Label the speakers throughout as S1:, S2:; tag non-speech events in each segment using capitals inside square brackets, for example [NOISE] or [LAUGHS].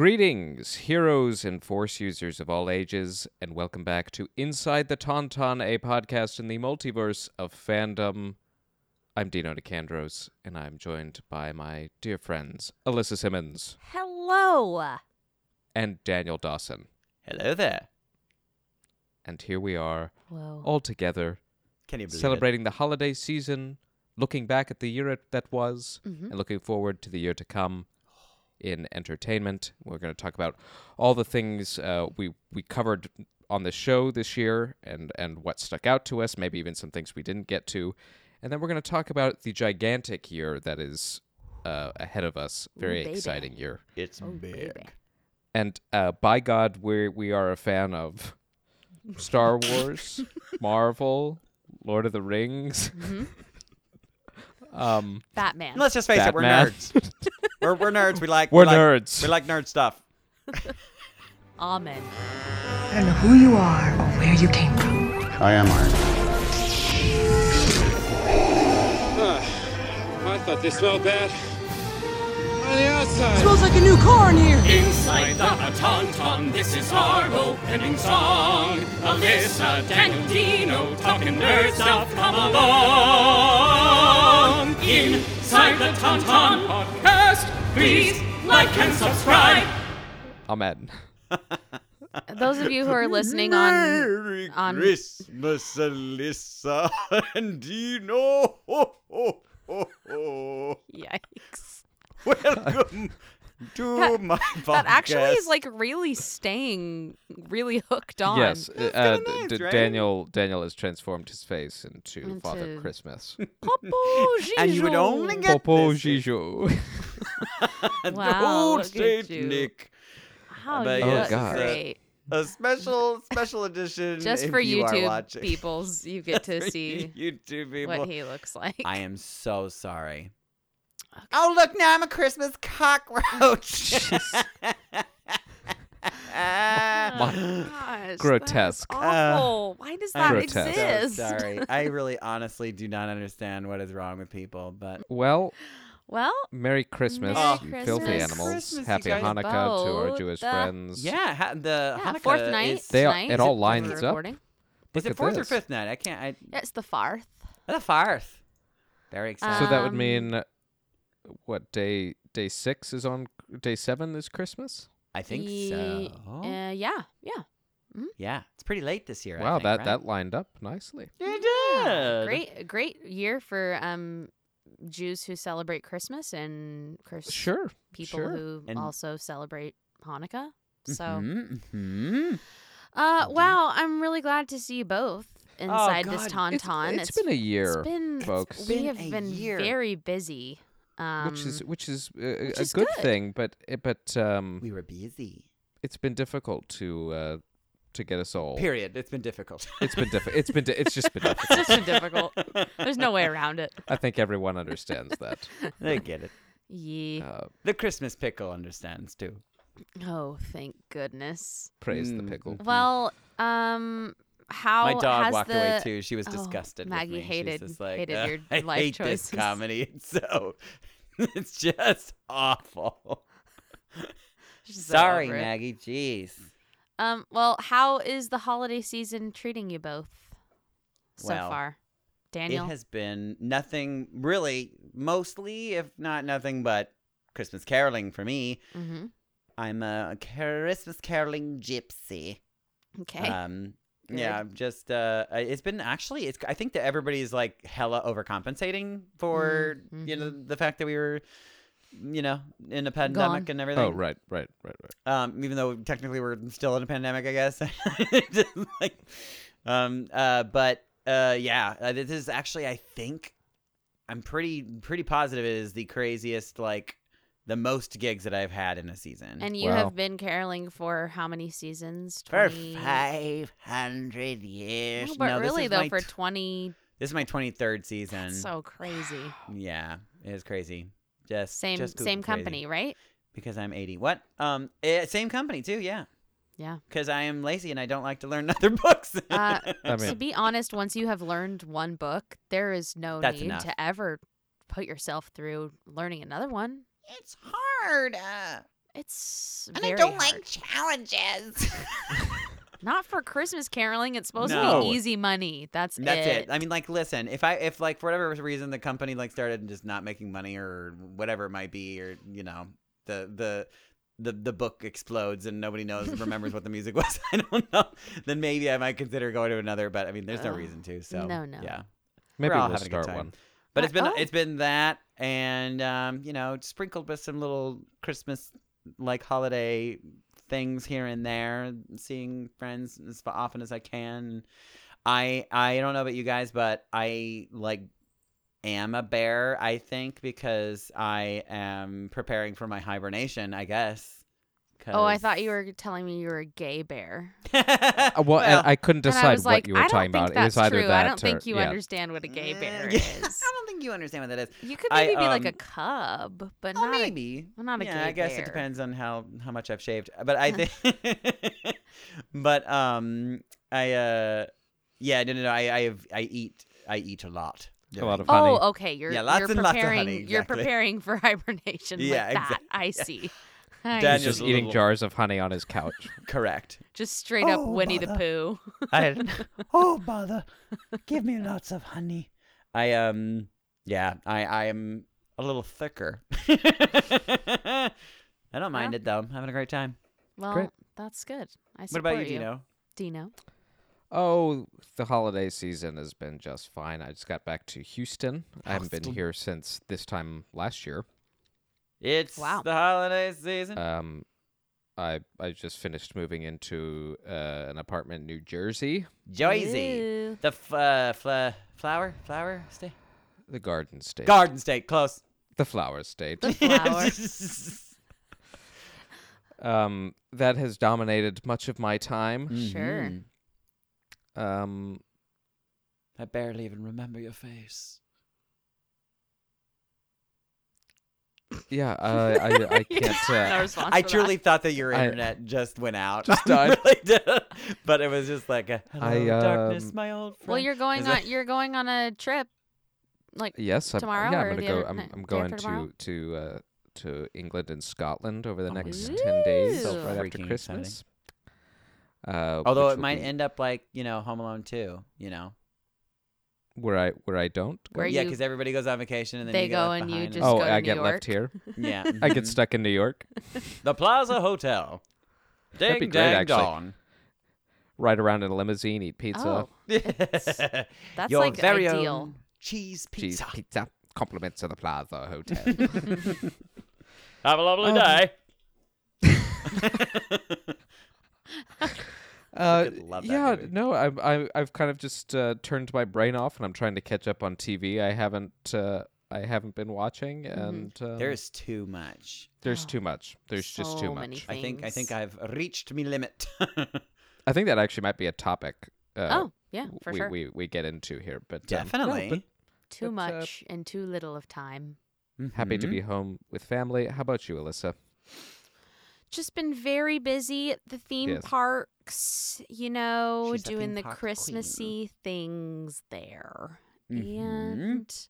S1: Greetings, heroes and force users of all ages, and welcome back to Inside the Tauntaun, a podcast in the multiverse of fandom. I'm Dino DeCandros, and I'm joined by my dear friends Alyssa Simmons
S2: Hello.
S1: and Daniel Dawson.
S3: Hello there.
S1: And here we are,
S2: Whoa.
S3: Oh,
S1: all together,
S3: Can you believe
S1: celebrating the holiday season, looking back at the year it- that was,
S2: Mhm.
S1: and looking forward to the year to come in entertainment. We're going to talk about all the things uh, we we covered on the show this year, and and what stuck out to us, maybe even some things we didn't get to, and then we're going to talk about the gigantic year that is uh, ahead of us. Very
S2: baby.
S1: exciting year
S3: it? It's
S2: Oh, baby.
S3: big.
S1: and uh, by God, we we are a fan of Star Wars, Marvel, Lord of the Rings. um,
S2: Batman.
S3: And let's just face it, we're
S1: Batman.
S3: nerds. we're, we're nerds. We
S1: [LAUGHS]
S3: like
S1: We're
S3: we like-
S1: nerds.
S3: we like nerd stuff.
S2: Amen.
S4: I don't know who you are or where you came from.
S5: I am Iron.
S6: Ah, I thought they smelled bad. On the outside.
S7: Inside the Tauntaun, this is our opening song. Alyssa, Daniel, Dino, talking nerd stuff, come along. Inside the Tauntaun podcast, please like and subscribe.
S1: Amen.
S2: [LAUGHS] Those of you who are listening
S3: [LAUGHS]
S2: on
S3: Merry
S2: on-
S3: Christmas, Alyssa [LAUGHS] and Dino. Ho, ho, ho, ho.
S2: Yikes.
S3: Welcome to
S2: That-
S3: my podcast.
S2: That actually is like really staying really hooked on.
S1: Yes, uh, uh,
S3: kinda nice,
S1: D-
S3: right?
S1: Daniel Daniel has transformed his face into, Father
S2: Into-
S1: Christmas.
S2: Popo
S3: [LAUGHS] And you would
S2: Gijou.
S3: only get
S1: Popo
S3: this if-
S1: Gijou.
S3: the
S2: Wow,
S3: whole
S2: look at
S3: state,
S2: you.
S3: Nick.
S2: Wow,
S3: But
S2: you
S1: yes,
S2: look
S1: Oh, God.
S2: great.
S3: A special, special edition.
S2: Just
S3: if
S2: for
S3: you are
S2: YouTube
S3: watching.
S2: peoples, you get to
S3: [LAUGHS] For
S2: see
S3: [LAUGHS] YouTube people.
S2: what he looks like. [LAUGHS]
S3: I am so sorry. Oh, look, now I'm a Christmas
S2: [LAUGHS]
S3: cockroach.
S2: Oh, Gosh, that's
S1: Grotesque.
S3: Uh,
S2: Awful. Why does that
S1: grotesque. So
S3: so
S2: exist?
S3: sorry. I really honestly do not understand what is wrong with people, but
S1: well,
S2: Well,
S1: Merry Christmas,
S2: Merry
S1: you
S2: Christmas.
S1: filthy
S2: Merry
S1: animals.
S3: Christmas, you
S1: Happy
S3: guys.
S1: Hanukkah to our
S2: Both,
S1: Jewish
S2: uh,
S1: friends.
S3: yeah, ha- the
S2: yeah,
S3: Hanukkah
S2: fourth night.
S3: Is,
S1: They are-
S2: tonight.
S1: it all
S2: We're
S1: lines up.
S2: recording.
S1: Look
S3: is it
S1: at
S3: fourth or
S1: this.
S3: fifth night? I can't. I,
S2: Yeah, it's the farth.
S3: the fourth. Very excited.
S1: So that would
S2: Um,
S1: mean what day day 6 is on day 7 is Christmas?
S3: I think
S2: Ye-
S3: so.
S1: Oh.
S2: Uh, yeah, yeah.
S3: yeah, it's pretty late this year. I
S1: wow,
S3: think,
S1: that
S3: right?
S1: that lined up nicely.
S3: It
S2: Yeah,
S3: did.
S2: Great, great year for um Jews who celebrate Christmas and Chris
S1: Sure.
S2: people
S1: sure. Mm-hmm.
S2: who
S3: And-
S2: also celebrate Hanukkah. So,
S3: Mhm, mhm.
S2: uh, wow, I'm really glad to see you both inside this
S3: God,
S2: tauntaun.
S1: Oh, it's been a year,
S2: it's been-
S1: folks,
S2: we
S3: been
S2: have
S3: a
S2: been
S3: year.
S2: very busy. Um, [LAUGHS]
S1: which is which is uh,
S2: which
S1: a
S2: is
S1: good,
S2: good.
S1: thing, but uh, but um,
S3: We were busy.
S1: it's been difficult to uh, to get us all.
S3: Period. It's been difficult.
S1: Oh.
S3: [LAUGHS]
S1: It's been difficult. It's been di- it's just been difficult.
S2: it's just been difficult. There's
S1: [LAUGHS]
S2: no way around it.
S1: I think everyone understands
S2: [LAUGHS]
S1: that.
S3: they get it.
S2: Yeah.
S1: Uh,
S3: The Christmas pickle understands too.
S2: Oh, thank goodness.
S1: praise the
S3: Mm.
S1: pickle.
S2: Well, um, how
S3: My dog
S2: has
S3: walked
S2: the...
S3: away too. She was
S2: Oh,
S3: disgusted.
S2: Maggie
S3: with me. She's
S2: hated-
S3: just like,
S2: hated
S3: "Ugh,
S2: your
S3: [LAUGHS] I
S2: life
S3: hate
S2: choices."
S3: This comedy, [LAUGHS] It's so it's just awful.
S2: She's so
S3: Sorry,
S2: over it.
S3: Maggie. Jeez.
S2: Um, well, how is the holiday season treating you both so
S3: Well,
S2: far? Daniel.
S3: It has been nothing really, mostly, if not nothing, but Christmas caroling for me.
S2: hmm
S3: I'm a Christmas caroling gypsy.
S2: Okay.
S3: Um,
S2: Good.
S3: yeah, I'm just uh, I- it's been actually. It's I think that everybody's like hella overcompensating for
S2: Mm,
S3: you know
S2: mhm.
S3: the fact that we were, you know, in a pandemic
S2: Gone.
S3: and everything.
S1: oh right, right, right, right.
S3: Um, even though technically we're still in a pandemic, I guess. [LAUGHS] Just like, um, uh, but uh, yeah, uh, this is actually I think I'm pretty pretty positive it is the craziest like the most gigs that I've had in a season.
S2: and you
S1: well-
S2: have been caroling for how many seasons?
S3: for
S2: 20...
S3: five hundred years.
S2: No, but
S3: this
S2: really
S3: is
S2: though,
S3: my
S2: for
S3: tw-
S2: twenty,
S3: This is my 23rd season.
S2: that's so crazy.
S3: yeah, it is crazy. Just
S2: Same
S3: just
S2: same
S3: Google crazy.
S2: company, right?
S3: because I'm 80. What? Um, eh, same company too. Yeah,
S2: Yeah.
S3: because I am lazy and I don't like to learn [LAUGHS] other books.
S2: Uh,
S1: I
S2: to
S1: mean,
S2: be honest, once you have learned one book, there is no
S3: That's
S2: need
S3: enough.
S2: to ever put yourself through learning another one.
S3: it's hard. Uh,
S2: It's
S5: And
S2: very
S5: I don't
S2: hard.
S5: like
S3: [LAUGHS]
S5: challenges.
S2: Not for Christmas caroling. It's supposed to
S3: No.
S2: be easy money. That's
S3: That's
S2: it.
S3: it. I mean, like, listen, if I, if like for whatever reason the company like started just not making money or whatever it might be, or you know, the the the the book explodes and nobody knows remembers what the music [LAUGHS] was. I don't know. Then maybe I might consider going to another. But I mean, there's no
S2: Ugh.
S3: reason to. So
S2: No, no.
S3: yeah.
S1: Maybe
S3: all
S1: we'll
S3: having a good
S1: start
S3: time.
S1: one.
S3: But it's
S2: Why-
S3: been
S2: oh.
S3: it's been that and um, you know, sprinkled with some little Christmas like holiday things here and there, seeing friends as fa- often as I can. I I don't know about you guys, but I like am a bear, I think, because I am preparing for my hibernation, I guess.
S2: oh, I
S3: 'Cause-
S2: thought
S3: [LAUGHS]
S2: you were telling me you were a gay bear.
S1: Uh, well,
S3: Well-
S1: I, I couldn't
S2: And
S1: decide
S2: I was
S1: what
S2: like,
S1: you were
S2: I don't
S1: talking
S2: think
S1: about. It was
S2: that's
S1: either
S2: true.
S1: that
S2: I don't
S1: or
S2: think you
S1: yeah.
S2: understand what a gay bear
S3: [LAUGHS] Mm,
S2: is.
S3: I don't think you understand what that is.
S2: You could
S3: I,
S2: maybe be like a
S3: um,
S2: cub, but
S3: Oh,
S2: not a
S3: maybe.
S2: well, not a
S3: yeah, I
S2: gay
S3: guess
S2: bear.
S3: it depends on how how much I've shaved. But I think, [LAUGHS] but um, I uh, yeah, no, no, no. I I have I eat I eat a lot.
S1: A lot of honey.
S2: Oh, okay. You're
S3: Yeah, lots
S2: you're
S3: and lots of
S2: preparing.
S3: honey,
S2: You're
S3: exactly.
S2: preparing for [LAUGHS] hibernation.
S3: Yeah,
S2: with that.
S3: exact-
S2: I
S3: [LAUGHS]
S2: see. I
S3: Dad-
S1: He's
S2: see.
S3: Daniel's
S1: just
S3: a
S1: eating
S3: little-
S1: jars of honey on his
S2: [LAUGHS]
S1: couch.
S3: correct.
S2: just straight up
S3: Oh,
S2: Winnie the
S3: bother.
S2: Pooh. [LAUGHS]
S3: I [LAUGHS] oh bother, give me lots of honey. I um yeah I I am a little thicker. [LAUGHS] I don't mind
S2: Yeah.
S3: it though. I'm having a great time.
S2: Well,
S1: Great.
S2: that's good. I
S3: What
S2: support
S3: about you,
S2: you,
S3: Dino?
S2: Dino.
S1: oh, the holiday season has been just fine. I just got back to Houston. I haven't been
S3: Houston.
S1: here since this time last year.
S3: It's
S2: Wow.
S3: the holiday
S2: Mm.
S3: season.
S1: Um, I I just finished moving into uh, an apartment in New Jersey,
S3: Joyzy.
S2: Ooh.
S3: The f- uh, fla flower, flower state,
S1: the Garden State,
S3: garden state, [LAUGHS] close.
S1: the Flower State.
S3: [LAUGHS]
S2: The flower.
S1: um, that has dominated much of my time.
S2: Sure.
S3: Mhm.
S2: Mm.
S1: Um,
S3: I barely even remember your face.
S1: yeah,
S2: [LAUGHS]
S1: uh, I I can't.
S2: no
S1: Uh,
S2: response. for
S3: I
S2: that.
S3: truly thought that your
S1: I-
S3: internet just went out.
S1: Just
S3: [LAUGHS] I
S1: died.
S3: really did. But it was just like, a, hello,
S1: I,
S3: darkness,
S1: um,
S3: my old [LAUGHS] friend.
S2: Well, you're going
S3: Is
S2: on.
S3: that-
S2: You're going on a trip. Like
S1: yes, I'm,
S2: tomorrow
S1: yeah,
S2: or
S1: I'm gonna
S2: the
S1: go.
S2: other-
S1: I'm
S2: no,
S1: I'm
S2: day
S1: going
S2: after tomorrow?
S1: to to uh, to England and Scotland over the
S3: Oh my
S1: next
S2: goodness.
S1: ten days,
S2: So
S1: right after
S3: freaking
S1: Christmas. Uh,
S3: Although
S1: which
S3: it
S1: will
S3: might
S1: be
S3: end up like, you know, Home Alone 2, you know?
S1: where I where I don't. go.
S2: Where
S3: yeah,
S2: you-
S3: because everybody goes on vacation and then
S2: They
S3: you get
S2: go
S3: left
S2: and you
S3: behind
S2: just
S1: oh,
S2: go to
S1: I
S2: New
S1: get left
S2: York.
S1: here.
S2: [LAUGHS]
S3: [LAUGHS] Yeah.
S1: I get
S3: mhm.
S1: stuck in New York.
S3: The Plaza Hotel.
S1: That'd
S3: Ding,
S1: be great,
S3: dang,
S1: actually.
S3: dong.
S1: Ride around in a limousine, eat pizza,
S2: Oh, It's- that's
S3: [LAUGHS] your
S2: like
S3: very
S2: ideal.
S3: own cheese
S1: cheese
S3: pizza.
S1: pizza, compliments of the Plaza Hotel.
S3: Have a lovely
S1: Um,
S3: day.
S1: Uh,
S3: freaking love that
S1: yeah,
S3: movie.
S1: no, I've I, I've kind of just uh, turned my brain off, and I'm trying to catch up on TV. I haven't uh, I haven't been watching, and um,
S3: There's too much.
S1: there's
S2: Mm-hmm. Oh,
S1: too much. There's just too
S2: so
S1: much.
S2: many
S3: I think I think
S2: things.
S3: I've reached me limit. [LAUGHS]
S1: I think that actually might be a topic. Uh,
S2: Oh, yeah, for
S1: we,
S2: sure.
S1: we we get into here, but um, no,
S3: Definitely.
S1: but
S2: too
S1: but, uh,
S2: much and too little of time.
S1: happy to
S3: Mhm.
S1: be home with family. How about you, Alyssa?
S2: Just been very busy at the theme
S1: Yes.
S2: parks, you know,
S3: She's a theme
S2: doing the
S3: park
S2: Christmassy things there.
S3: Mhm.
S1: Mm-hmm.
S2: And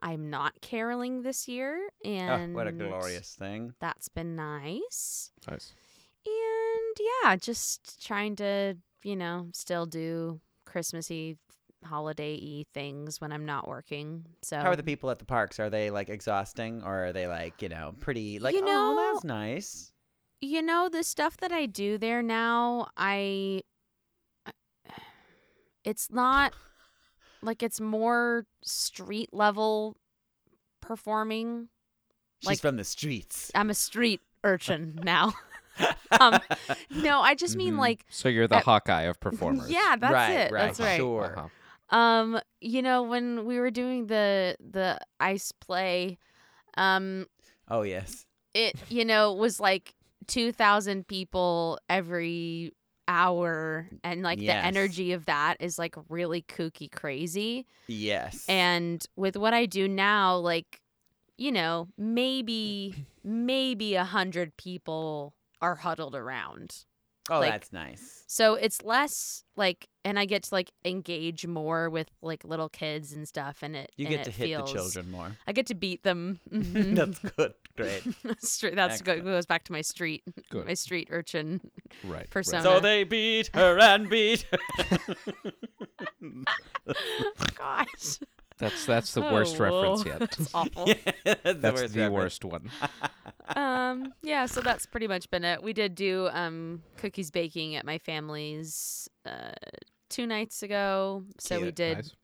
S2: I'm not caroling this year.
S3: Oh,
S2: And
S3: what a glorious thing.
S2: That's been nice.
S1: Nice.
S2: And yeah, just trying to, you know, still do Christmassy holiday y things when I'm not working. So
S3: How are the people at the parks? Are they like exhausting or are they like, you know, pretty like
S2: You
S3: oh, that's
S2: know-
S3: nice.
S2: you know the stuff that I do there now, I it's not like it's more street level performing.
S3: She's
S2: like-
S3: from the streets.
S2: I'm a street urchin now. [LAUGHS] um, No, I just mean
S3: Mhm.
S2: like
S1: So you're the
S2: At-
S1: Hawkeye of performers.
S2: Uh, [LAUGHS] yeah, that's
S3: right,
S2: it.
S3: Right,
S2: That's right.
S3: Sure.
S1: Uh-huh.
S2: Um, you know, when we were doing the the ice play, um,
S3: Oh yes.
S2: it you know was like two thousand people every hour, and like
S3: Yes.
S2: the energy of that is like really kooky crazy.
S3: Yes.
S2: And with what I do now, like you know, maybe maybe a hundred people are huddled around.
S3: Oh,
S2: like,
S3: that's nice.
S2: so it's less like, and I get to like engage more with like little kids and stuff, and it
S3: You
S2: and
S3: get to
S2: it
S3: hit
S2: feels-
S3: the children more. [LAUGHS]
S2: I get to beat them. Mhm.
S3: that's good. Great.
S2: Stre- [LAUGHS] that's go-
S3: Excellent.
S2: goes back to my street,
S1: Good.
S2: my street urchin [LAUGHS]
S1: Right.
S2: persona.
S3: So they beat her and beat her. [LAUGHS]
S2: Gosh,
S3: [LAUGHS]
S1: That's that's the
S2: Oh,
S1: worst reference
S2: whoa. [LAUGHS]
S1: yet.
S2: It's awful.
S3: that's the
S1: That's
S3: worst.
S1: the
S3: reference.
S1: worst one.
S2: um yeah so that's pretty much been it we did do um cookies baking at my family's uh two nights ago so we
S3: Cute.
S2: did
S1: Nice.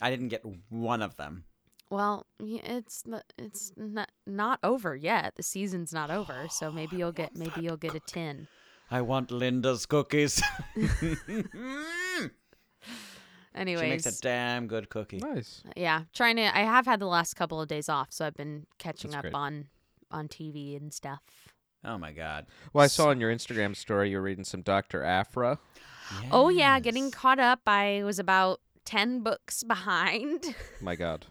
S3: I didn't get one of them.
S2: well y- it's n- it's not not over yet the season's not over
S3: Oh,
S2: so maybe you'll get maybe you'll get a tin
S3: I want Linda's cookies. [LAUGHS] she
S2: anyways
S3: makes a damn good cookie.
S1: Nice.
S2: yeah trying to i have had the last couple of days off so i've been catching
S1: That's
S2: up
S1: great.
S2: on on tv and stuff
S3: Oh my god.
S1: Well, I saw on your Instagram story you were reading some Dr. Afra.
S2: oh yeah getting
S3: Yes.
S2: caught up i was about 10 books [LAUGHS] behind
S1: My God.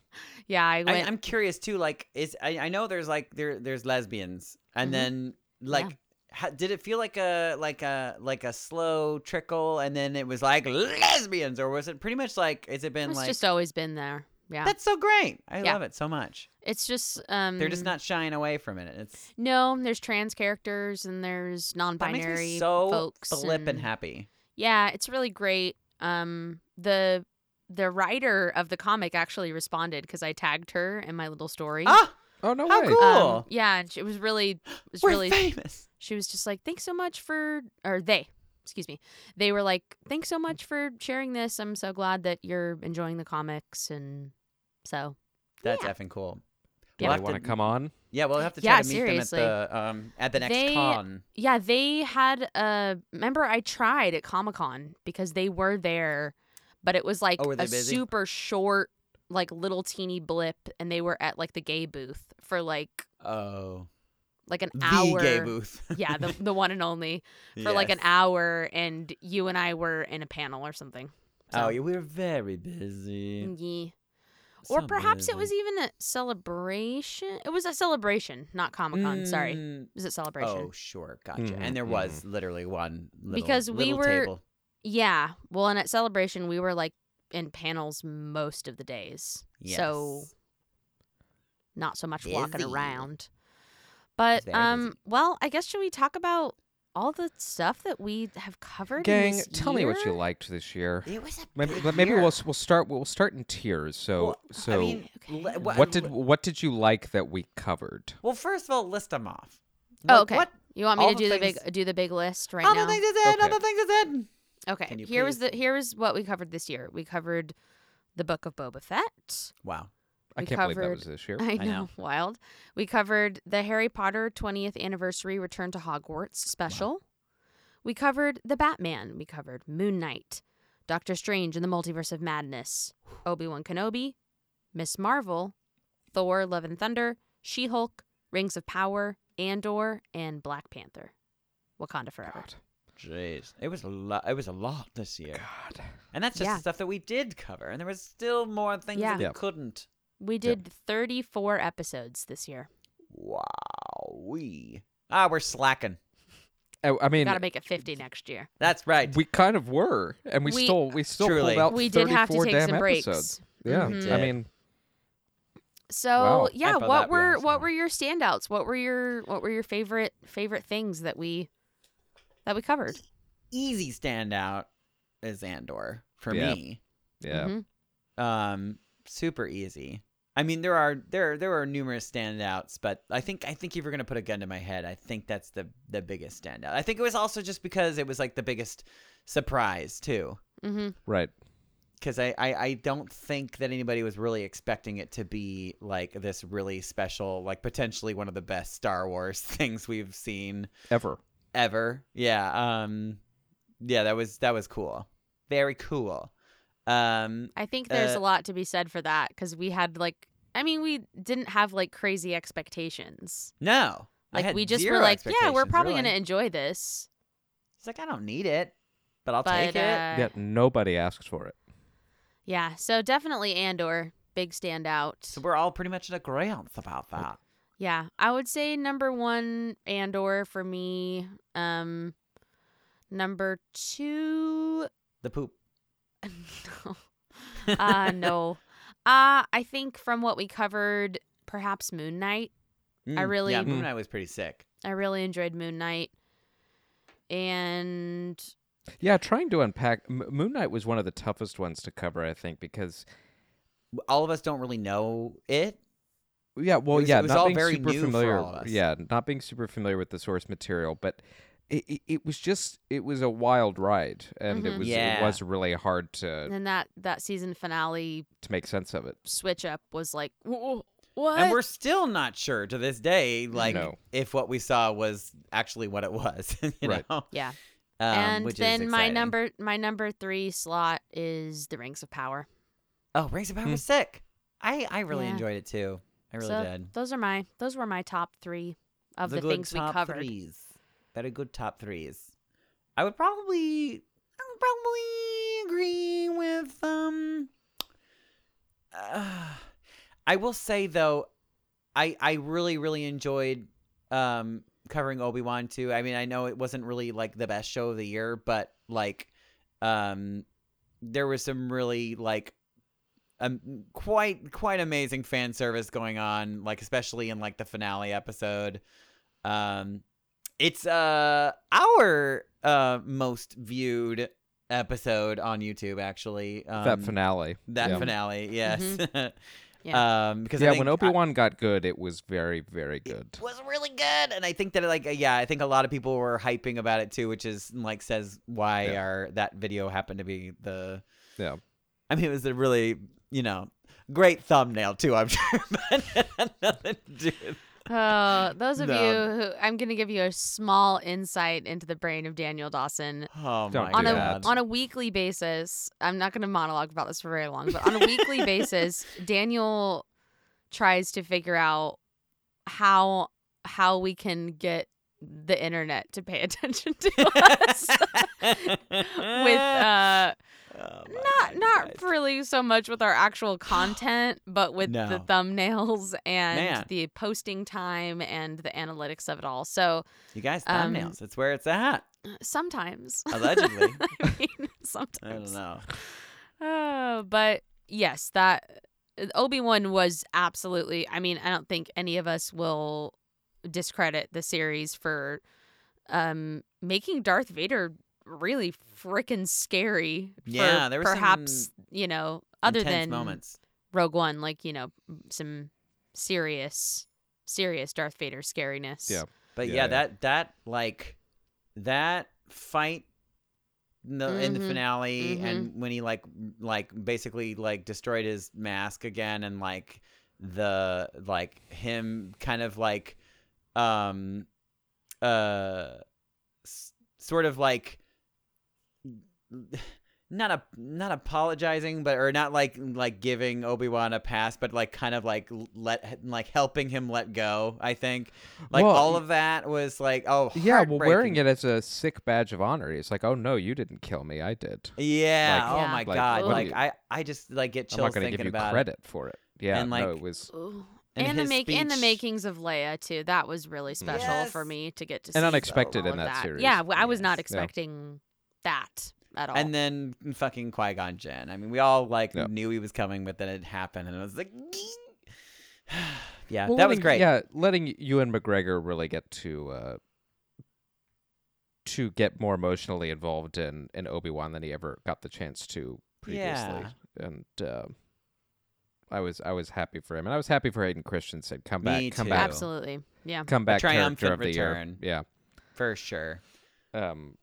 S2: yeah i
S3: I,
S2: went
S3: I'm curious too. Like, is I, I know there's like there there's lesbians, and
S2: Mhm.
S3: then like, ha, did it feel like a like a like a slow trickle, and then it was like lesbians, or was it pretty much like? Has it been
S2: it's
S3: like
S2: just always been there yeah
S3: that's so great? I
S2: Yeah.
S3: love it so much.
S2: It's just um
S3: They're just not shying away from it. It's
S2: No, there's trans characters and there's
S3: that
S2: non-binary
S3: makes me so
S2: folks.
S3: flip and
S2: and-
S3: happy.
S2: Yeah, it's really great. Um the the writer of the comic actually responded because I tagged her in my little story.
S3: Ah,
S1: Oh no
S3: How
S1: way.
S3: cool.
S2: Um, yeah, and it was really it was
S3: we're
S2: really
S3: famous.
S2: she was just like, "Thanks so much for," or they, excuse me, they were like, "Thanks so much for sharing this. I'm so glad that you're enjoying the comics." And so,
S3: That's
S2: yeah.
S3: effing cool.
S1: Do
S3: We'll
S1: they
S3: have
S1: want to
S3: to-
S1: come on?
S3: Yeah, we'll have to try
S2: Yeah,
S3: to meet
S2: seriously.
S3: them at the um at the next
S2: They-
S3: con.
S2: yeah, they had a. Remember, I tried at Comic Con because they were there, but it was like
S3: Oh, were they
S2: a
S3: busy?
S2: super short, like little teeny blip, and they were at like the gay booth for like
S3: Oh,
S2: like an
S3: the
S2: hour.
S3: gay booth.
S2: [LAUGHS]
S3: [LAUGHS]
S2: yeah, the the one and only for like an
S3: Yes.
S2: hour, and you and I were in a panel or something.
S3: Oh,
S2: So-
S3: yeah, we're very busy.
S2: Ye. Mm, Or
S3: So
S2: perhaps it was
S3: busy.
S2: even a celebration. It was a celebration, not Comic Con. Sorry, it
S3: Mm,
S2: was a celebration.
S3: Oh, sure, gotcha.
S1: Mhm,
S3: And there was literally one little,
S2: Because we
S3: little
S2: were-
S3: table.
S2: Yeah. Well, and at Celebration, we were like in panels most of the days. So
S3: Yes.
S2: not so much walking
S3: Busy.
S2: around. But
S3: Very
S2: um
S3: busy.
S2: well, I guess should we talk about all the stuff that we have covered? in
S1: Gang,
S2: this
S1: tell me what you
S2: year?
S1: liked this year.
S3: It was a
S1: Maybe,
S3: big
S1: but maybe we'll
S3: year.
S1: s- we'll start we'll start in tiers. So
S3: Well,
S1: so
S3: I mean,
S2: Okay.
S3: le- wha-
S1: what did what did you like that we covered?
S3: Well, first of all, list them off.
S2: Oh,
S3: Like,
S2: okay.
S3: What
S2: You want me
S3: all
S2: to
S3: the
S2: do the
S3: things-
S2: big do the big list right
S3: other
S2: now?
S3: things I said?
S1: Okay.
S3: Other things I said?
S2: okay.
S3: Can you
S2: Here was
S3: please-
S2: the here is what we covered this year. We covered the Book of Boba Fett. [LAUGHS]
S3: Wow.
S1: I
S2: We
S1: can't believe that
S2: covered-
S1: was this year.
S2: I know,
S3: I know.
S2: wild. We covered the Harry Potter 20th anniversary Return to Hogwarts special. We covered the Batman. We covered Moon Knight, Doctor Strange and the Multiverse of Madness, Obi Wan Kenobi, Miss Marvel, Thor: Love and Thunder, She Hulk, Rings of Power, Andor, and Black Panther. Wakanda Forever.
S1: God.
S3: Jeez, it was a lot. It was a lot this year,
S1: God.
S3: and that's just
S2: Yeah.
S3: the stuff that we did cover. And there was still more things
S2: Yeah.
S3: that we
S1: Yeah.
S3: couldn't.
S2: We did 34 episodes this year.
S3: Wow, we ah, we're slacking.
S1: I, I mean,
S2: Got to make it 50 next year.
S3: That's right.
S1: we kind of were, and we,
S2: We-
S1: still we still
S3: Truly.
S1: pulled out
S2: We did have to
S1: 34
S2: take
S1: damn
S2: some breaks. Mm-hmm.
S1: episodes. Yeah,
S3: We
S1: I
S3: did.
S1: mean,
S2: So
S1: Wow.
S2: yeah,
S3: Hype it
S2: what
S3: up, yeah,
S2: were
S3: so-
S2: what were your standouts? What were your what were your favorite favorite things that we that we covered?
S3: easy standout is Andor for
S1: Yeah.
S3: me.
S1: yeah,
S2: Mhm.
S3: Um, super easy. I mean, there are there there are numerous standouts, but I think I think if you're gonna put a gun to my head, I think that's the the biggest standout. I think it was also just because it was like the biggest surprise too,
S2: Mhm.
S1: right.
S3: because I, I I don't think that anybody was really expecting it to be like this really special, like potentially one of the best Star Wars [LAUGHS] things we've seen
S1: Ever.
S3: ever. Yeah. Um yeah, that was that was cool. Very cool. Um
S2: I think there's
S3: Uh,
S2: a lot to be said for that cuz we had like I mean, we didn't have like crazy expectations.
S3: no. I
S2: Like
S3: had
S2: we just
S3: zero
S2: were like, yeah, we're
S3: expectations,
S2: probably
S3: really.
S2: going to enjoy this.
S3: It's like I don't need it, but I'll
S2: But
S3: take it.
S2: uh,
S1: Yet nobody asks for it.
S2: yeah, so definitely Andor big standout.
S3: So we're all pretty much in agreement about that.
S2: Yeah, I would say number one Andor for me. Um, Number two,
S3: The poop.
S2: no.
S3: [LAUGHS]
S2: Uh, no. Uh, I think from what we covered, perhaps Moon Knight. I
S3: Mm,
S2: really-
S3: Yeah, Moon
S1: Mm.
S3: Knight was pretty sick.
S2: I really enjoyed Moon Knight. And
S1: Yeah, trying to unpack M- Moon Knight was one of the toughest ones to cover, I think, because
S3: All of us don't really know it.
S1: yeah, well,
S3: was-
S1: yeah,
S3: it was
S1: not
S3: all
S1: being
S3: very
S1: super
S3: new for
S1: familiar,
S3: all of us.
S1: yeah, not being super familiar with the source material, but it, it, it was just it was a wild ride, and
S2: Mhm.
S1: it was
S3: Yeah.
S1: it was really hard
S3: Uh
S1: to
S2: then that that season finale
S1: to make sense of it.
S2: switch up was like "Wh- what?
S3: And we're still not sure to this day, like
S1: No.
S3: if what we saw was actually what it was. [LAUGHS] you
S1: Right.
S3: know?
S2: yeah.
S3: Um,
S2: and
S3: which is
S2: then my
S3: exciting.
S2: number my number three slot is the Rings of Power.
S3: Oh, Rings of Power
S1: Hmm.
S3: was sick. I I really
S2: Yeah.
S3: enjoyed it too. I really
S2: so
S3: did.
S2: those are my those were my top three of the,
S3: good
S2: things we
S3: top
S2: covered.
S3: Threes. Very good top threes. I would probably, I would probably agree with um. [SIGHS] uh, I will say though, I I really really enjoyed um covering Obi Wan too. I mean, I know it wasn't really like the best show of the year, but like, um, there was some really like um, quite quite amazing fan service going on like especially in like the finale episode um it's uh our uh most viewed episode on youtube actually um,
S1: that finale,
S3: that
S1: yeah.
S3: finale yes [LAUGHS]
S2: Yeah.
S3: um because I
S1: yeah,
S3: think
S1: when Obi Wan got good, it was very very good.
S3: it was really good and i think that like yeah i think a lot of people were hyping about it too which is like says why
S1: Yeah.
S3: our that video happened to be the
S1: Yeah.
S3: i mean it was a really you know great thumbnail too i'm [LAUGHS] sure but it had nothing to do with
S2: Oh, those of
S3: No.
S2: you who I'm going to give you a small insight into the brain of Daniel Dawson.
S3: oh
S1: Don't
S3: my
S2: On
S1: do
S2: a
S1: that.
S3: god
S2: on a weekly basis, I'm not going to monologue about this for very long, but on a weekly basis, Daniel tries to figure out how how we can get the internet to pay [LAUGHS] attention to us with uh
S3: Oh
S2: not
S3: my [LAUGHS] God, you
S2: not
S3: guys.
S2: really so much with our actual
S3: [GASPS]
S2: content, but with the
S3: No.
S2: thumbnails and
S3: Man.
S2: the posting time and the analytics of it all. So
S3: you guys
S2: um,
S3: thumbnails it's where it's at
S2: sometimes, [LAUGHS]
S3: allegedly [LAUGHS]
S2: I mean,
S3: i don't
S2: [LAUGHS] sometimes.
S3: know
S2: Uh, but yes, that Obi Wan was absolutely. I mean, I don't think any of us will discredit the series for um making Darth Vader really freaking scary. for
S3: Yeah, there were
S2: perhaps
S3: some
S2: you know other
S3: Intense
S2: than
S3: moments
S2: Rogue One, like you know some serious, serious Darth Vader scariness.
S1: Yeah.
S3: But yeah,
S1: Yeah, yeah.
S3: that that like that fight in the, in the
S2: Mhm,
S3: finale and when he like m- like basically like destroyed his mask again and like the like him kind of like um uh s- sort of like not a not apologizing but or not like like giving Obi-Wan a pass but like kind of like let like helping him let go I think like
S1: Well,
S3: all
S1: y-
S3: of that was like oh
S1: Yeah, well, wearing
S3: heartbreaking.
S1: it as a sick badge of honor, it's like, oh no, you didn't kill me, I did.
S3: yeah
S1: Like,
S3: oh
S2: Yeah.
S3: my
S1: like,
S3: god
S1: what do
S3: like
S1: you-
S3: I I just like get chills
S1: I'm not going to
S3: thinking
S1: give you
S3: about
S1: credit for it. Yeah,
S3: And,
S1: no,
S3: like,
S1: it was
S2: Ooh.
S3: And
S2: And, the
S3: his
S2: make and the
S3: speech-
S2: makings of Leia too. That was really special for
S3: Yes.
S2: me to get to see
S1: Mm-hmm. And unexpected
S2: all
S1: in
S2: of
S1: that series.
S2: Yeah, w- I was
S3: Yes.
S2: not
S3: Yeah.
S2: expecting that at all.
S3: And then fucking Qui Gon Jinn. I mean, we all like
S1: Yeah.
S3: knew he was coming, but then it happened, and it was like, [SIGHS] yeah,
S1: Well,
S3: that
S1: letting-
S3: was great.
S1: Yeah, letting Ewan McGregor really get to uh, to get more emotionally involved in in Obi Wan than he ever got the chance to previously,
S3: Yeah.
S1: and uh, I was I was happy for him, and I was happy for Hayden Christensen. Come back,
S3: Me
S1: come
S3: too.
S1: back,
S2: absolutely, yeah.
S1: come back,
S3: triumphant
S1: character of the
S3: return.
S1: year.
S3: for sure.
S1: Yeah, um,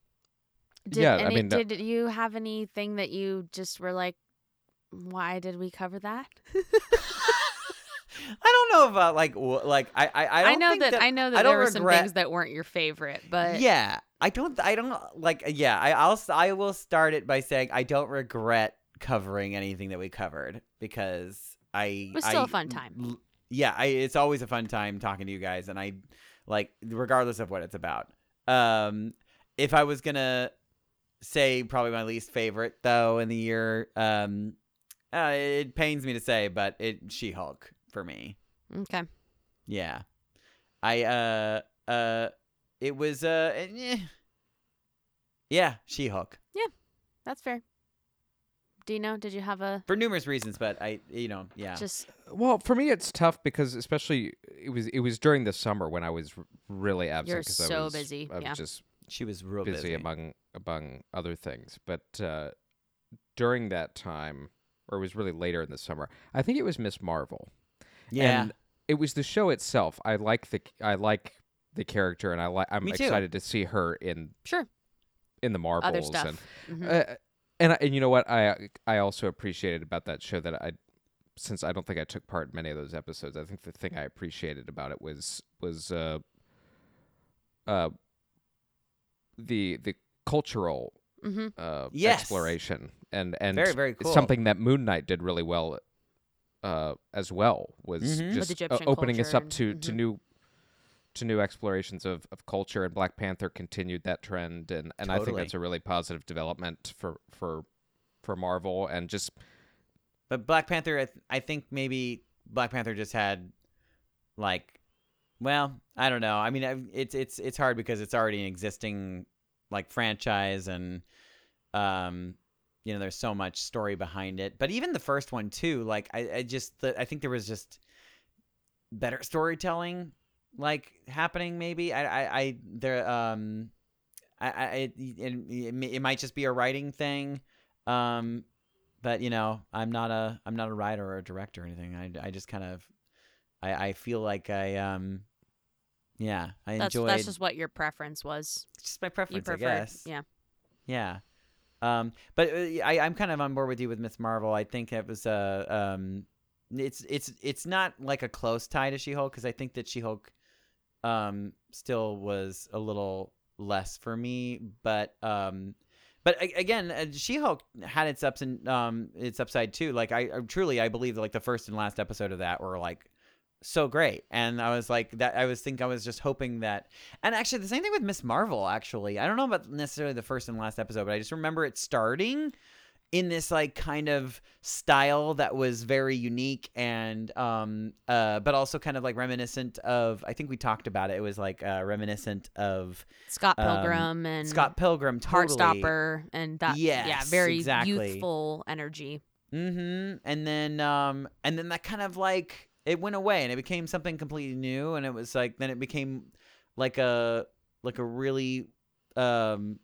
S2: Did,
S1: yeah. I
S2: any-
S1: mean, uh,
S2: did you have anything that you just were like, why did we cover that?
S3: I don't know about like w- like I I, I,
S2: I,
S3: don't
S2: know
S3: think
S2: that, I know that
S3: I don't
S2: there were some
S3: regret-
S2: things that weren't your favorite, but
S3: yeah, I don't I don't like yeah. I I'll s- I will start it by saying I don't regret covering anything that we covered because I
S2: It was still
S3: a
S2: a fun time.
S3: yeah, I, it's always a fun time talking to you guys, and I like regardless of what it's about. Um, if I was gonna say probably my least favorite though in the year, um, uh, it pains me to say, but it She Hulk for me.
S2: okay.
S3: Yeah. I uh uh it was uh eh, Yeah, She Hulk.
S2: That's fair. Dino, did you have a
S3: For numerous reasons, but I, you know, yeah.
S2: just
S1: Well, for me, it's tough because especially it was it was during the summer when I was r- really absent.
S2: You're
S1: 'cause I
S2: so
S1: was-
S2: busy,
S1: I was
S2: yeah.
S1: just
S3: she was real
S1: busy,
S3: busy.
S1: among among other things. But uh, during that time, or it was really later in the summer, I think it was Miss Marvel.
S3: yeah.
S1: And it was the show itself. I like the I like the character, and I like I'm
S3: Me too.
S1: excited to see her in
S2: sure
S1: in the Marvels
S2: other stuff?
S1: and
S3: Mm-hmm.
S2: Mhm.
S1: uh, and I, and you know what I I also appreciated about that show that I since I don't think I took part in many of those episodes I think the thing I appreciated about it was was uh uh the the cultural
S2: Mhm.
S1: uh
S3: Yes.
S1: exploration and and
S3: Very, very cool.
S1: something that Moon Knight did really well uh as well was
S3: Mhm. With
S1: just uh,
S2: Egyptian
S1: opening us
S2: culture
S1: up
S2: and-
S1: to to
S2: mhm.
S1: new to new explorations of, of culture and Black Panther continued that trend and, and I think
S3: Totally.
S1: that's a really positive development for for for Marvel and just
S3: But Black Panther, I, th- I think maybe Black Panther just had, like, well, I don't know. I mean, I, it's it's it's hard because it's already an existing like franchise, and um, you know, there's so much story behind it. But even the first one too, like, I, I just the, I think there was just better storytelling like happening. Maybe I I, I there um. I, I it, it, it may- it might just be a writing thing, um, but you know i'm not a i'm not a writer or a director or anything i, I just kind of I, I feel like i um yeah i
S2: That's
S3: enjoyed
S2: that's just what your preference was.
S3: it's just my
S2: You
S3: preference i
S2: preferred,
S3: guess
S2: yeah.
S3: yeah um but uh, i i'm kind of on board with you with miss marvel i think it was a um it's it's it's not like a close tie to she-hulk because i think that she-hulk um still was a little less for me but um but a- again uh, she-hulk had its ups and um its upside too like i, I truly i believe that, like the first and last episode of that were like so great and i was like that i was think i was just hoping that and actually the same thing with miss marvel actually i don't know about necessarily the first and last episode but i just remember it starting in this like kind of style that was very unique and um uh but also kind of like reminiscent of i think we talked about it it was like uh reminiscent of
S2: Scott
S3: Um,
S2: Pilgrim and
S3: scott pilgrim totally.
S2: Heartstopper and that yeah,
S3: Yes,
S2: very
S3: exactly.
S2: youthful energy.
S3: Mm-hmm. And then um and then that kind of like it went away and it became something completely new and it was like then it became like a like a really um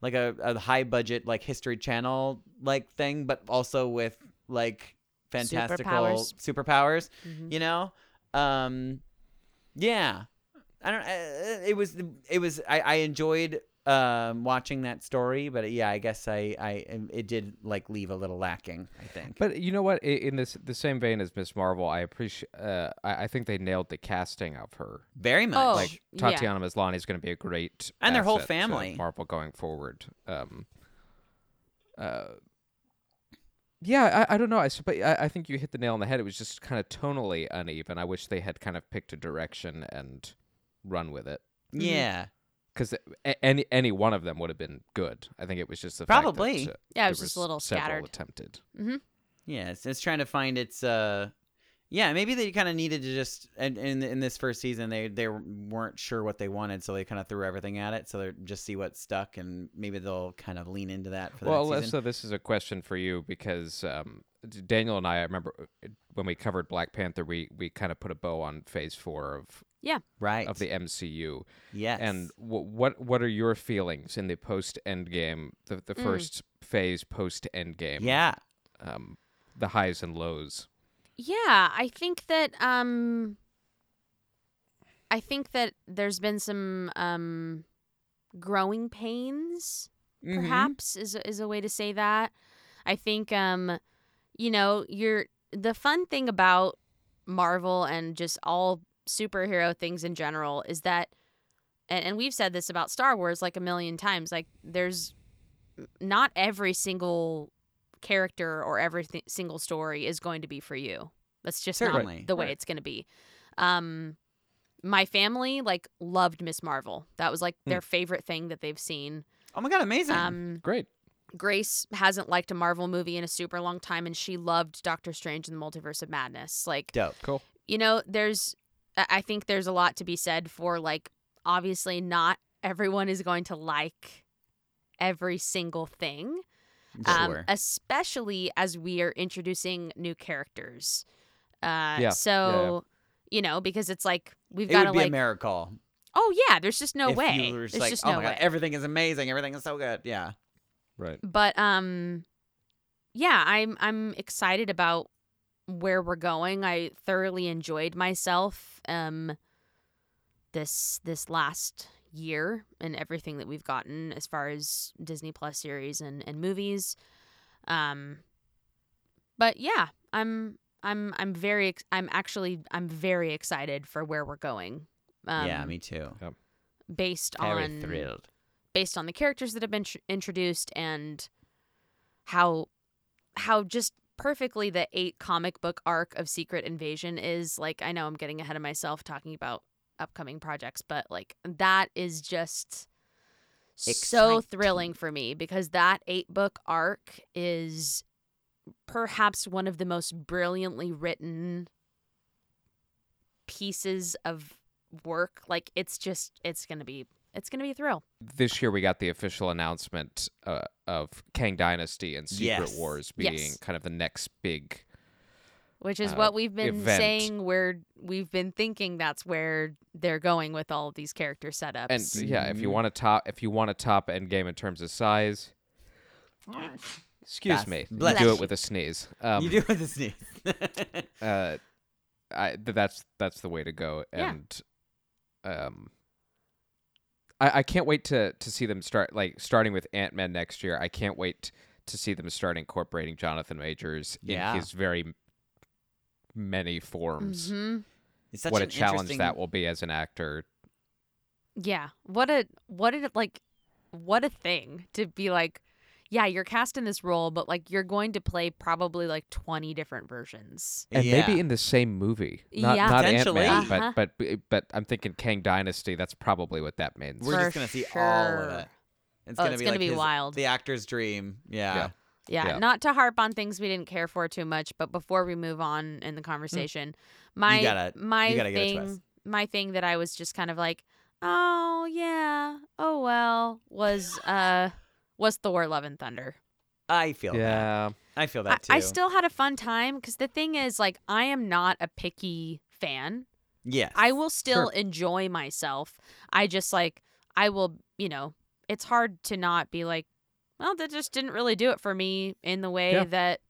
S3: like a, a high budget like history channel like thing, but also with like fantastical
S2: Superpowers.
S3: superpowers
S2: Mhm.
S3: you know um yeah i don't uh, it was it was i i enjoyed um watching that story but uh, yeah i guess i i um, it did like leave a little lacking i think
S1: but you know what I- in this the same vein as Miss Marvel I appreciate uh, I, I think they nailed the casting of her
S3: very much
S2: Oh,
S1: like
S2: yeah.
S1: Tatiana Maslany is going to be a great
S3: And their whole
S1: asset to
S3: family.
S1: Marvel going forward. Um, uh, yeah, I, I don't know. I, sup- I I think you hit the nail on the head. It was just kind of tonally uneven. I wish they had kind of picked a direction and run with it
S3: yeah
S1: because any any one of them would have been good. I think it was just the fact
S3: Probably.
S1: that, uh,
S2: Yeah, it
S1: there
S2: was just a
S1: was
S2: little
S1: several
S2: scattered.
S1: attempted.
S3: yeah it's, it's trying to find its uh yeah maybe they kind of needed to just and in in this first season they they weren't sure what they wanted so they kind of threw everything at it so they just see what stuck and maybe they'll kind of lean into that for the
S1: Well, uh, Alyssa,
S3: next season.
S1: this is a question for you because um, D- Daniel and I, I remember uh, when we covered Black Panther, we we kind of put a bow on Phase Four of
S3: right
S1: of the MCU.
S3: yes
S1: And w- what what are your feelings in the post Endgame, the the
S2: Mm.
S1: first phase post Endgame?
S3: yeah
S1: um, the highs and lows.
S2: Yeah, I think that um I think that there's been some um growing pains
S1: Mm-hmm.
S3: Mm-hmm.
S2: perhaps is is a way to say that. I think um you know, you're the fun thing about Marvel and just all superhero things in general is that and, and we've said this about Star Wars like a million times, like there's not every single character or every th- single story is going to be for you. That's just
S3: Certainly.
S2: not the way
S3: Right.
S2: it's going to be. Um my family like loved Miss Marvel. That was like
S3: Mm.
S2: their favorite thing that they've
S3: [CLEARS THROAT]
S2: seen.
S3: Oh my god, amazing!
S2: Um
S1: Great.
S2: Grace hasn't liked a Marvel movie in a super long time, and she loved Doctor Strange and the Multiverse of Madness. Like,
S3: Dope.
S1: Cool.
S2: you know, there's, I I think there's a lot to be said for, like, obviously not everyone is going to like every single thing um,
S3: Sure.
S2: especially as we are introducing new characters. Uh,
S1: yeah,
S2: So, you know, because it's like we've
S3: it
S2: got
S3: would
S2: to
S3: be
S2: like,
S3: a miracle.
S2: oh yeah, there's just no
S3: if
S2: way.
S3: You were just
S2: there's
S3: like,
S2: just
S3: oh
S2: no
S3: my god,
S2: way.
S3: everything is amazing. Everything is so good. Yeah.
S1: Right.
S2: but um, yeah, I'm I'm excited about where we're going. I thoroughly enjoyed myself. Um, this this last year and everything that we've gotten as far as Disney Plus series and and movies. Um but yeah, I'm I'm I'm very ex- I'm actually I'm very excited for where we're going. Um
S3: yeah, me too.
S2: based
S3: Very
S2: on
S3: thrilled.
S2: based on the characters that have been tr- introduced and how how just perfectly the eight comic book arc of Secret Invasion is like I know I'm getting ahead of myself talking about upcoming projects but like that is just so thrilling for me because that eight book arc is perhaps one of the most brilliantly written pieces of work like it's just it's going to be it's going to be a thrill
S1: This year we got the official announcement uh, of Kang Dynasty and Secret
S3: Yes.
S1: Wars
S2: Yes.
S1: being kind of the next big.
S2: which is
S1: uh,
S2: what we've been
S1: event.
S2: saying where we've been thinking that's where they're going with all of these character setups
S1: And yeah, if you want to top, if you want to top Endgame in terms of size, excuse
S3: That's-
S1: me, you
S3: bless
S1: do
S3: you.
S1: it with a sneeze. Um,
S3: you do with the sneeze.
S1: uh, I th- that's that's the way to go,
S2: Yeah.
S1: and um, I I can't wait to to see them start like starting with Ant Man next year. I can't wait to see them start incorporating Jonathan Majors
S3: Yeah.
S1: in his very m- many forms.
S2: hmm
S3: [LAUGHS] It's such
S1: what a
S3: an
S1: challenge
S3: interesting-
S1: that will be as an actor.
S2: yeah what a what a like what a thing to be like yeah you're cast in this role but like you're going to play probably like 20 different versions
S1: And
S3: yeah.
S1: maybe in the same movie, not
S2: Yeah.
S1: not Ant Man,
S3: Potentially.
S2: Uh-huh.
S1: but but but I'm thinking Kang Dynasty. That's probably what that means.
S3: We're
S2: For
S3: just gonna see all of
S2: sure.
S3: it. It's
S2: Oh,
S3: gonna
S2: it's
S3: be
S2: gonna
S3: like
S2: be
S3: his-
S2: wild.
S3: The actor's dream. Yeah.
S1: Yeah.
S2: yeah,
S1: Yeah.
S2: not to harp on things we didn't care for too much but before we move on in the conversation my
S3: Mm. gotta-
S2: my
S3: you gotta give it to
S2: thing
S3: us.
S2: my thing that i was just kind of like oh yeah oh well was uh was thor love and thunder
S3: I feel that.
S1: yeah,
S3: I feel
S2: I,
S3: that too.
S2: I still had a fun time because the thing is, like, I am not a picky fan.
S3: Yes.
S2: I will still enjoy myself. I just like I will, you know, it's hard to not be like, well, that just didn't really do it for me in the way
S1: Yeah.
S2: that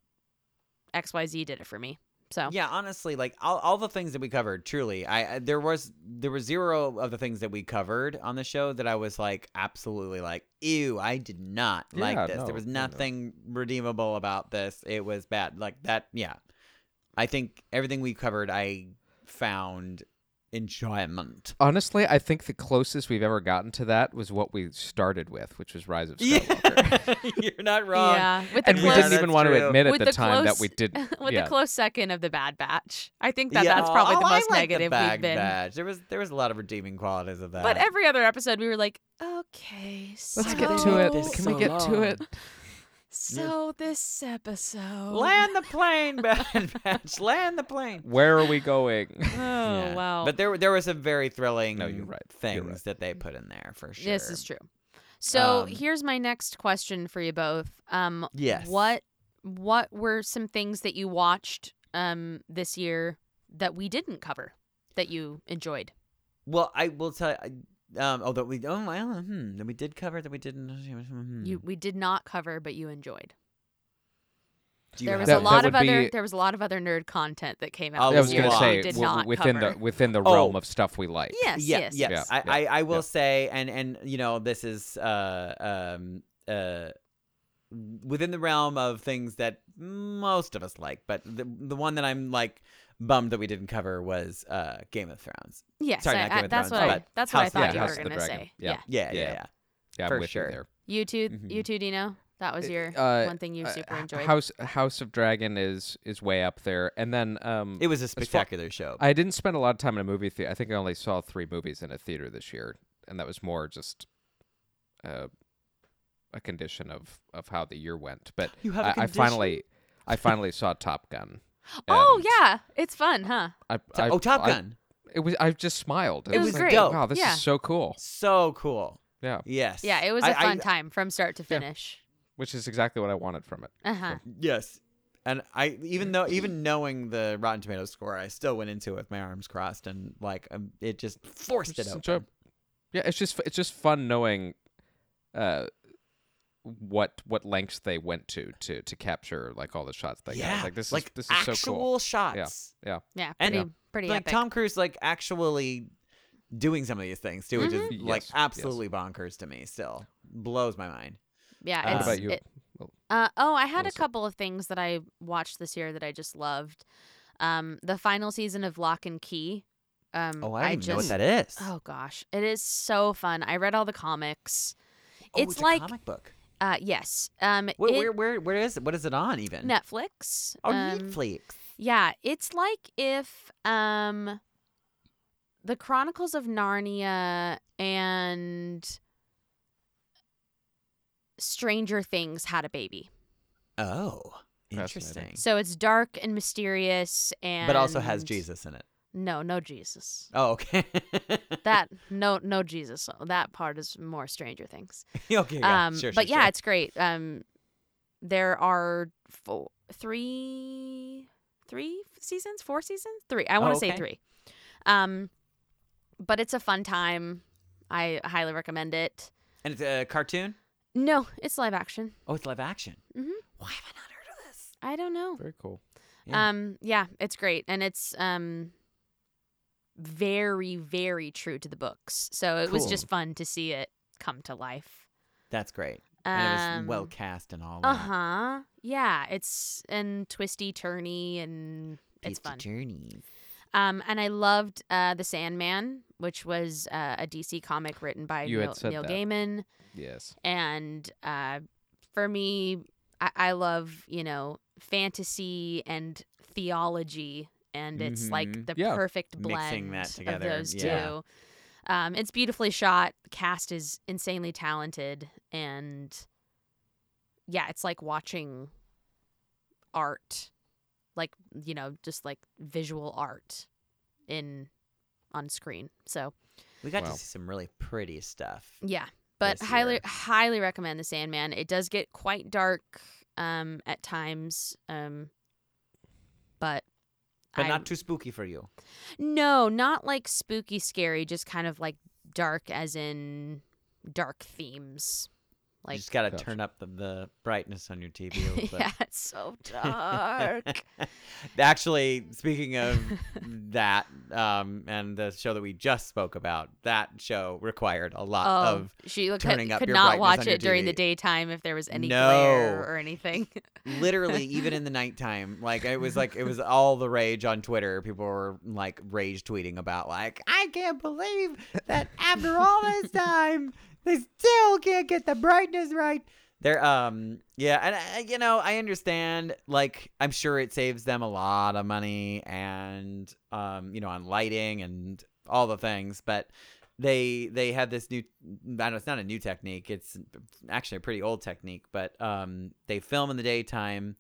S2: X Y Z did it for me. So
S3: Yeah, honestly, like all, all the things that we covered, truly, I I- there was there were zero of the things that we covered on the show that I was like absolutely like, ew, I did not
S1: Yeah,
S3: like this.
S1: no,
S3: there was
S1: no, no.
S3: nothing redeemable about this. It was bad. Like that, yeah. I think everything we covered, I found
S2: [LAUGHS]
S3: enjoyment.
S1: Honestly, I think the closest we've ever gotten to that was what we started with, which was Rise of Skywalker.
S3: [LAUGHS] Yeah, you're not wrong.
S2: yeah, with the
S1: And we
S2: close,
S1: didn't
S3: Yeah,
S1: even
S3: that's
S1: want to
S3: true.
S1: admit at
S2: With
S1: the,
S2: the
S1: time that
S2: close-
S1: we didn't.
S2: [LAUGHS] with
S1: yeah.
S2: a close second of the Bad Batch. I think that
S3: Yeah.
S2: that's probably the
S3: Oh, I
S2: most
S3: like
S2: negative
S3: the Bad
S2: we've been.
S3: Batch. There was there was a lot of redeeming qualities of that.
S2: But every other episode, we were like, okay,
S1: Let's
S2: so,
S1: get to it.
S3: This
S1: Can
S3: so
S1: we get to
S3: long.
S1: it?
S2: So this episode.
S3: land the
S2: [LAUGHS]
S3: plane, Bad Batch. Land the plane.
S1: Where are we going?
S2: Oh
S3: Yeah.
S2: wow.
S3: But there were- there were some very thrilling
S1: No, you're right.
S3: things
S1: You're right.
S3: that they put in there for sure.
S2: this is true. So
S3: Um,
S2: here's my next question for you both. Um,
S3: Yes.
S2: What What were some things that you watched um this year that we didn't cover that you enjoyed?
S3: Well, I will tell you um oh that we oh well hmm, that we did cover that we didn't hmm.
S2: You we did not cover, but you enjoyed.
S3: Do you
S2: There
S3: have
S2: was
S1: That-
S2: a
S1: that
S2: lot of
S1: would
S2: other
S1: be-
S2: there was a lot of other nerd content that came
S3: I
S1: I
S2: out. this
S1: was
S2: year
S1: going
S3: gonna
S1: to
S2: that
S1: say
S2: you did
S1: w-
S2: not
S1: within
S2: cover.
S1: the within the
S3: Oh.
S1: realm of stuff we like.
S2: yes,
S3: yeah,
S2: yes,
S3: yes.
S1: Yeah,
S3: I,
S1: yeah,
S3: I, I will
S1: yeah.
S3: say, and and you know, this is uh um uh within the realm of things that most of us like, but the the one that I'm like bummed that we didn't cover was uh Game of Thrones.
S2: Yes,
S3: Sorry,
S2: I-
S3: not
S2: I-
S3: Game of
S2: that's
S3: Thrones,
S2: what I
S3: but
S2: that's what I
S3: House-
S1: yeah, House
S2: thought you
S1: of
S2: were
S1: the
S2: going to
S1: Dragon.
S2: say.
S1: Yeah.
S2: Yeah.
S3: Yeah, yeah,
S1: Yeah.
S3: yeah.
S1: Yeah, I'm
S3: For
S1: with
S3: sure.
S1: you there.
S2: You too,
S3: Mhm.
S2: you too, Dino. That was
S1: Uh,
S2: your
S1: uh,
S2: one thing you
S1: uh,
S2: super
S1: H-
S2: enjoyed.
S1: House House of Dragon is is way up there, and then um,
S3: It was a
S1: far-
S3: spectacular show.
S1: I didn't spend a lot of time in a movie theater. I think I only saw three movies in a theater this year, and that was more just uh, a condition of of how the year went. But
S3: You have a
S1: I, I
S3: condition?
S1: finally, I finally saw Top Gun.
S2: [LAUGHS] oh
S1: and
S2: yeah, it's fun, huh?
S1: I,
S3: To-
S1: I-
S3: oh, Top
S1: I-
S3: Gun.
S1: it was. I just smiled.
S2: It was
S1: like,
S2: great.
S1: Wow, this
S2: Yeah.
S1: is so cool.
S3: So cool.
S1: Yeah,
S3: Yes.
S2: Yeah, it was
S3: a
S2: a fun time from start to
S1: Yeah.
S2: finish.
S1: which is exactly what I wanted from it.
S2: Uh huh.
S3: Yes. And I even though even knowing the Rotten Tomatoes score, I still went into it with my arms crossed and like um, it just forced it
S1: Just
S3: open.
S1: enjoy- Yeah, it's just it's just fun knowing uh what what lengths they went to to to capture like all the shots they
S3: yeah,
S1: got. Like this is
S3: like
S1: this is
S3: actual
S1: so cool.
S3: shots.
S1: Yeah.
S2: Yeah,
S3: And,
S2: pretty,
S3: yeah.
S2: pretty
S3: Like
S2: epic.
S3: Tom Cruise, like actually doing some of these things too, which is
S2: Mm-hmm.
S1: Mhm.
S3: like
S1: Yes, yes.
S3: absolutely bonkers to me. Still blows my mind.
S2: yeah,
S3: Uh,
S1: What
S2: it's-
S1: about you?
S2: it-
S1: Well,
S2: Uh, oh, I had a
S1: Also-
S2: couple of things that I watched this year that I just loved. Um, the final season of Lock and Key. Um,
S3: Oh, I don't even
S2: just,
S3: know what that is.
S2: Oh gosh, it is so fun. I read all the comics.
S3: Oh,
S2: it's
S3: a
S2: like-
S3: comic book.
S2: Uh, yes. Um,
S3: Where,
S2: it-
S3: where where where is it? What is it on even?
S2: Netflix.
S3: Oh,
S2: um,
S3: Netflix.
S2: Yeah, it's like if um the Chronicles of Narnia and Stranger Things had a baby.
S3: Oh,
S1: Fascinating.
S3: interesting.
S2: So it's dark and mysterious and
S3: But also has Jesus in it.
S2: No, no Jesus.
S3: Oh, okay.
S2: That no no Jesus. That part is more Stranger Things.
S3: [LAUGHS] okay, [LAUGHS] yeah,
S2: um
S3: sure, sure,
S2: but yeah,
S3: sure.
S2: it's great. Um there are four, three three seasons, four seasons? 3. I
S3: Oh,
S2: want to
S3: okay.
S2: say 3. Um but it's a fun time. I highly recommend it.
S3: and it's a cartoon.
S2: No, it's live action.
S3: Oh, it's live action.
S2: Mhm.
S3: Why have I not heard of this?
S2: I don't know.
S1: very cool.
S3: Yeah.
S2: Um yeah, it's great and it's um very very true to the books. So it was
S3: Cool.
S2: just fun to see it come to life.
S3: That's great. and it was well
S2: Um,
S3: cast and all.
S2: Uh huh. Yeah, it's and twisty, turny, and it's fun.
S3: Journey.
S2: Um, and I loved uh, the Sandman, which was uh, a DC comic written by
S1: You had
S2: Neil,
S1: said
S2: Neil
S1: that.
S2: Gaiman.
S1: Yes.
S2: And uh, for me, I-, I love you know fantasy and theology, and it's like
S3: Mhm.
S2: the
S1: Yeah.
S2: perfect
S3: Mixing
S2: blend
S3: that
S2: of
S3: together,
S2: those
S3: yeah.
S2: two. Um, it's beautifully shot. Cast is insanely talented, and yeah, it's like watching art, like you know, just like visual art in on screen. So
S3: We got
S1: Wow.
S3: to see some really pretty stuff.
S2: yeah, but
S3: This
S2: highly
S3: year.
S2: highly recommend the Sandman. It does get quite dark um, at times, um, but
S3: But
S2: I-
S3: not too spooky for you.
S2: no, not like spooky, scary. Just kind of like dark, as in dark themes.
S3: you
S2: Like
S3: just got to
S1: Gotcha.
S3: turn up the, the brightness on your TV [LAUGHS] a
S2: [LAUGHS]
S3: little bit.
S2: yeah, it's so
S3: [LAUGHS] Uh,
S2: dark.
S3: Actually, speaking [LAUGHS] of that, um, and the show that we just spoke about, that show required a lot
S2: Oh,
S3: of
S2: she look-
S3: turning
S2: could,
S3: up
S2: could
S3: your
S2: not
S3: brightness
S2: watch
S3: on your
S2: it during the
S3: TV.
S2: daytime if there was any glare
S3: No.
S2: or anything. [LAUGHS]
S3: literally even in the nighttime like it was like it was all the rage on twitter people were like rage tweeting about like i can't believe that after all this time they still can't get the brightness right they're um yeah and I, you know i understand like i'm sure it saves them a lot of money and um you know on lighting and all the things but they they have this new I don't know it's not a new technique it's actually a pretty old technique but um they film in the daytime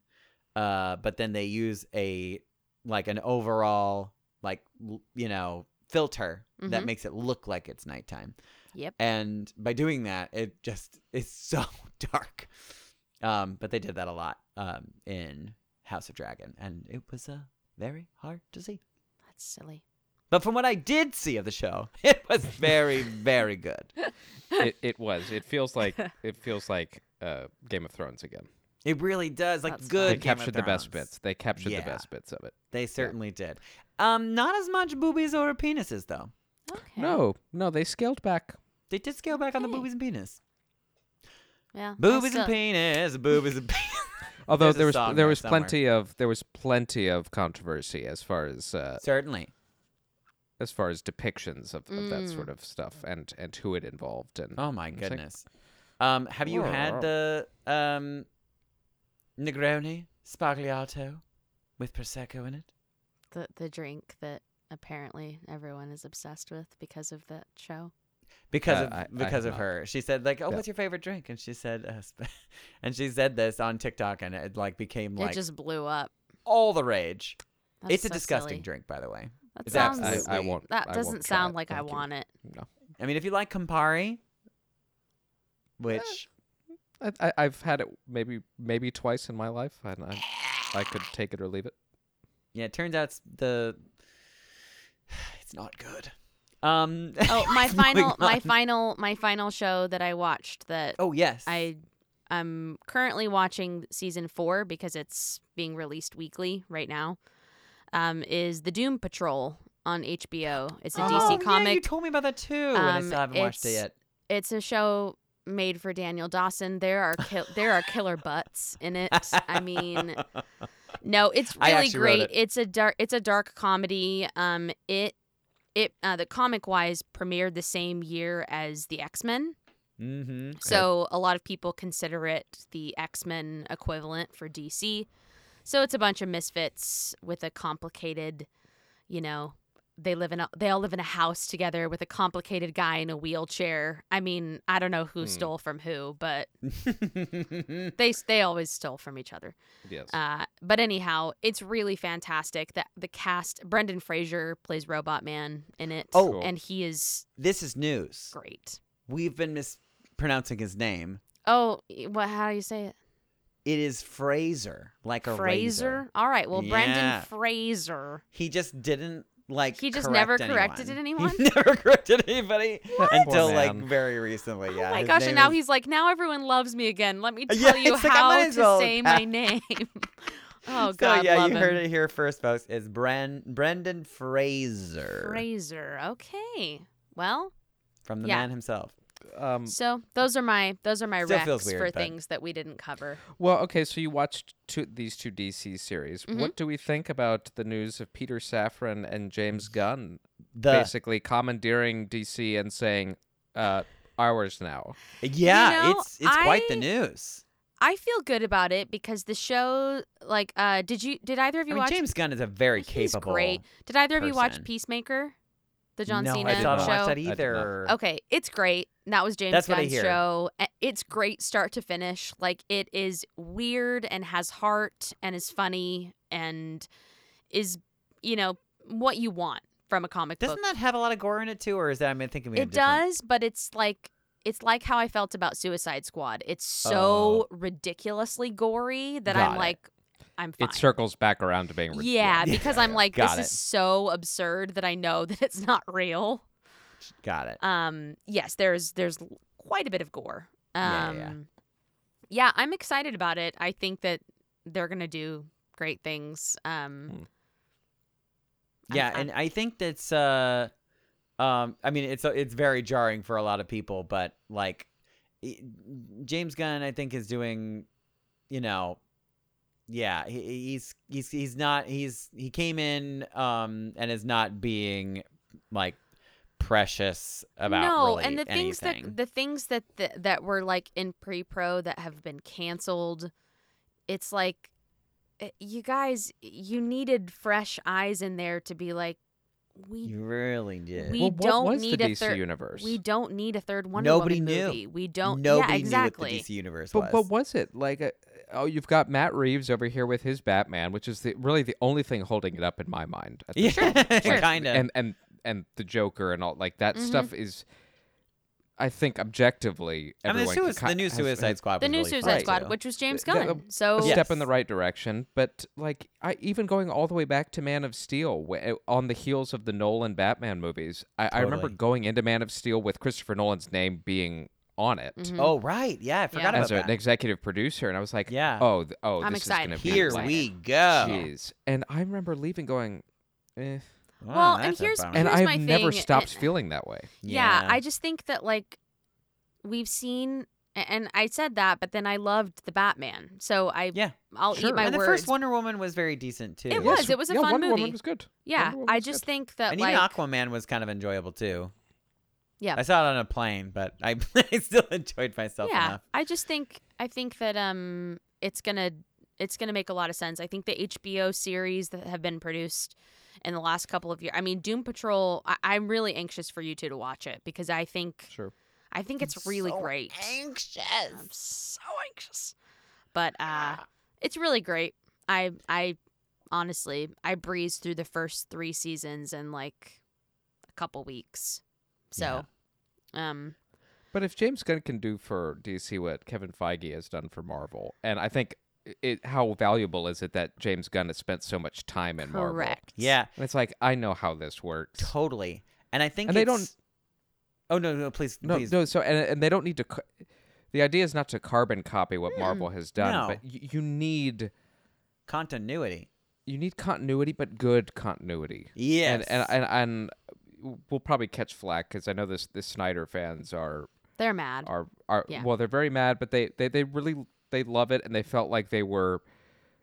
S3: uh but then they use a like an overall like l- you know filter that
S2: Mhm.
S3: makes it look like it's nighttime
S2: Yep.
S3: and by doing that it just is [LAUGHS] so dark um but they did that a lot um in House of Dragon and it was uh very hard to see
S2: That's silly.
S3: but from what I did see of the show, [LAUGHS] it was very, very good.
S1: it, it was. It feels like it feels like uh, Game of Thrones again.
S3: It really does. Like
S2: That's
S3: good.
S1: they
S3: Game of
S1: captured the best
S3: Thrones.
S1: bits. They captured
S3: Yeah.
S1: the best bits of it.
S3: They certainly did. Um, not as much boobies or penises though.
S2: Okay.
S1: No, no, they scaled back.
S3: They did scale back on the
S2: Okay.
S3: boobies and penis.
S2: Well, I
S3: Boobies
S2: still-
S3: and penis. Boobies and [LAUGHS] penis.
S1: Although
S3: There's a
S1: there was
S3: song
S1: there
S3: there
S1: was
S3: somewhere.
S1: plenty of there was plenty of controversy as far as uh,
S3: certainly.
S1: as far as depictions of, of that
S2: Mm.
S1: sort of stuff and and who it involved and
S3: Oh my
S1: it's like,
S3: goodness. Um, have you had the um, Negroni Spagliato with prosecco in it?
S2: the the drink that apparently everyone is obsessed with because of that show.
S3: because
S1: Uh,
S3: of
S1: I- I
S3: because
S1: have
S3: of
S1: not.
S3: her. She said like, "Oh,
S1: Yeah.
S3: what's your favorite drink?" And she said, uh, sp- [LAUGHS] and she said this on TikTok, and it like became like
S2: it just blew up.
S3: all the rage.
S2: That's
S3: it's a
S2: so
S3: disgusting
S2: silly.
S3: drink, by the way.
S2: That
S3: It's
S2: sounds.
S1: I, I
S3: absolutely-
S1: won't. I
S2: that
S1: won't
S2: doesn't
S3: [LAUGHS]
S1: try
S2: sound
S1: it.
S2: like I
S1: Thank you.
S2: want it.
S1: No.
S3: I mean, if you like Campari, which
S1: I, I, I've had it maybe maybe twice in my life, and I, I
S2: [SIGHS]
S1: could take it or leave it.
S3: yeah, it turns out it's the [SIGHS] it's not good.
S2: [LAUGHS]
S3: Um.
S2: Oh, my
S3: what's going
S2: final, my
S3: on?
S2: final, my final show that I watched that
S3: Oh yes.
S2: I I'm currently watching season four because it's being released weekly right now. Um, is the Doom Patrol on HBO? It's a
S3: oh,
S2: DC
S3: Yeah, you
S2: comic.
S3: told me about that too, and I
S2: Um,
S3: still haven't watched it
S2: it's-
S3: yet.
S2: it's a show made for Daniel Dawson. There are kill- there are killer butts in it. I mean, no, it's
S3: I
S2: really
S3: actually wrote
S2: great.
S3: it.
S2: It's a dark it's a dark comedy. Um, it it uh, the comic wise premiered the same year as the X Men.
S3: Mm-hmm.
S2: So a lot of people consider it the X Men equivalent for DC. So it's a bunch of misfits with a complicated, you know, they live in a, they all live in a house together with a complicated guy in a wheelchair. I mean, I don't know who
S1: Hmm.
S2: stole from who, but
S3: Mm-hmm.
S2: they s- they always stole from each other.
S1: Yes.
S2: Uh, but anyhow, it's really fantastic. That the cast Brendan Fraser plays Robot Man in it.
S3: Oh.
S1: Cool.
S2: and he is
S3: [LAUGHS] this is news.
S2: great.
S3: We've been mispronouncing his name.
S2: Oh, y- what? How do you say it?
S3: It is Fraser, like a razor.
S2: Fraser. All right. Well,
S3: Yeah.
S2: Brendan Fraser.
S3: He just didn't like.
S2: He just
S3: correct
S2: never corrected anyone?
S3: [LAUGHS] He never corrected
S2: [LAUGHS]
S3: anybody until
S1: Poor
S3: like
S1: man.
S3: very recently. yeah.
S2: oh my
S3: his
S2: gosh! And
S3: name
S2: now
S3: is-
S2: he's like, now everyone loves me again. Let me tell
S3: [LAUGHS] Yeah,
S2: you
S3: it's like, I
S2: how
S3: might
S2: to
S3: as well
S2: say
S3: pass. [LAUGHS]
S2: my name. [LAUGHS] oh
S3: So
S2: God,
S3: yeah,
S2: love
S3: you
S2: him.
S3: heard it here first, folks. It's Bren Brendan Fraser
S2: Fraser. Okay. Well,
S3: from the
S2: yeah.
S3: man himself.
S1: um,
S2: so those are my those are my
S3: Mm. Still
S2: recs
S3: feels weird,
S2: for
S3: but-
S2: things that we didn't cover.
S1: well, okay. So you watched two, these two DC series.
S2: Mhm.
S1: What do we think about the news of Peter Safran and James Gunn
S3: The
S1: basically commandeering DC and saying uh, ours now?
S3: yeah,
S2: know,
S3: it's it's quite the
S2: I-
S3: news.
S2: I feel good about it because the show, like, uh, did you did either of
S3: I
S2: you
S3: mean,
S2: watch?
S3: James Gunn is a very
S2: He's
S3: capable.
S2: great. Did either of you watch
S3: person.
S2: Peacemaker, the John
S3: no,
S2: Cena
S3: I did not
S2: show?
S3: watch that
S1: did not.
S3: either.
S2: Okay, it's great. And that was James
S3: That's what I
S2: Gunn's
S3: hear.
S2: show. A- It's great start to finish. Like it is weird and has heart and is funny and is you know what you want from a comic
S3: Doesn't
S2: book.
S3: that have a lot of gore in it too, or is that I'm thinking we
S2: it
S3: have different-
S2: does, but it's like it's like how I felt about Suicide Squad. It's so ridiculously gory that
S3: Oh. Got
S2: I'm
S3: it.
S2: like, I'm fine.
S1: It circles back around to being. re-
S2: yeah,
S3: yeah.
S2: because I'm like,
S3: Got
S2: this is
S3: it.
S2: so absurd that I know [LAUGHS] that it's not real.
S3: Got it.
S2: um yes there's there's l- quite a bit of gore um
S3: Yeah, yeah, yeah.
S2: yeah, i'm excited about it i think that they're gonna do great things um
S3: Mm.
S1: Hmm.
S2: I'm-
S3: Yeah,
S2: I'm-
S3: and I think that's uh um I mean it's it's very jarring for a lot of people, but like i James Gunn I think is doing you know yeah, he, he's he's he's not he's he came in um and is not being like precious about
S2: no
S3: really
S2: and the things
S3: anything.
S2: that the things that th- that were like in pre-pro that have been canceled it's like eh, you guys you needed fresh eyes in there to be like we
S3: you really did.
S2: we
S1: Well, what
S2: don't
S1: was
S2: need
S1: the
S2: a
S1: DC
S2: third
S1: universe?
S2: we don't need a third Wonder
S3: Nobody
S2: Woman
S3: knew.
S2: movie. We don't.
S3: Nobody
S2: yeah, exactly.
S3: knew what the DC universe
S1: But
S3: was.
S1: what was it like? Uh, oh, you've got Matt Reeves over here with his Batman, which is the, really the only thing holding it up in my mind. at [LAUGHS]
S3: yeah,
S1: this
S3: [LAUGHS]
S1: point. Like,
S3: kind of.
S1: and and and the Joker and all like that
S2: Mhm.
S1: stuff is, I think objectively,
S3: I mean, the,
S1: everyone can
S3: sui-
S1: ki-
S3: the new
S1: has-
S3: Suicide
S1: has
S3: Squad.
S2: the
S3: was
S2: new
S3: really
S2: Suicide
S3: fun,
S2: Squad,
S3: too.
S2: which was James
S1: Th- that-
S2: Gunn. So
S1: a
S3: Yeah.
S1: step in the
S3: Yes.
S1: right direction, but like I even going all the way back to Man of Steel wh- eh, on the heels of the Nolan Batman movies, I, I remember
S3: Totally.
S1: going into Man of Steel with Christopher Nolan's name being on it.
S2: Mhm.
S3: Oh right, yeah, I forgot
S1: As
S3: about
S1: a- an
S3: that.
S1: executive producer, and I was like,
S3: Yeah.
S1: oh, th- oh,
S2: I'm
S1: this
S2: excited.
S1: is gonna be
S3: Here
S1: like,
S3: we go.
S1: Jeez. And I remember leaving going, eh.
S3: Wow,
S2: Well, and
S3: that's a
S2: here's-
S3: bummer.
S1: and
S2: Here's my
S1: I've never
S2: thing,
S1: stopped
S2: and-
S1: feeling that way.
S2: yeah.
S3: Yeah.
S2: I just think that like we've seen, a- and I said that, but then I loved the Batman, so I
S3: yeah,
S2: I'll eat my
S3: and the
S2: words.
S3: first Wonder Woman was very decent too.
S2: It was. Yes. It a
S1: yeah,
S2: fun
S1: Wonder Woman
S2: movie.
S1: was good.
S2: yeah,
S1: Wonder Woman
S2: I
S1: was
S2: just
S1: good.
S2: think that
S3: and
S2: like
S3: even Aquaman was kind of enjoyable too.
S2: Yeah.
S3: I saw it on a plane, but I, [LAUGHS] I still enjoyed myself
S2: yeah,
S3: enough.
S2: I just think I think that um it's gonna it's gonna make a lot of sense. I think the HBO series that have been produced in the last couple of years. I mean, Doom Patrol. I- I'm really anxious for you two to watch it because I think
S1: Sure.
S2: I think it's really great. I'm
S3: Anxious.
S2: so anxious. But uh it's really great. I I honestly I breezed through the first 3 seasons in like a couple weeks. So um
S1: But if James Gunn can do for DC what Kevin Feige has done for Marvel, and I think it, how valuable is it that James Gunn has spent so much time in Marvel?
S2: Correct.
S3: Yeah,
S1: And it's like I know how this works.
S3: totally. And I think
S1: And they
S3: it's-
S1: don't-
S3: Oh no, no, please,
S1: No,
S3: please.
S1: no. So and and they don't need to. ca- The idea is not to carbon copy what Marvel has done,
S3: Mm, no.
S1: but y- you need
S3: Continuity.
S1: you need continuity, but good continuity.
S3: Yes.
S1: And and and, and we'll probably catch flack because I know this the Snyder fans are
S2: They're mad.
S1: are are
S2: Yeah.
S1: well they're very mad, but they they they really they love it and they felt like they were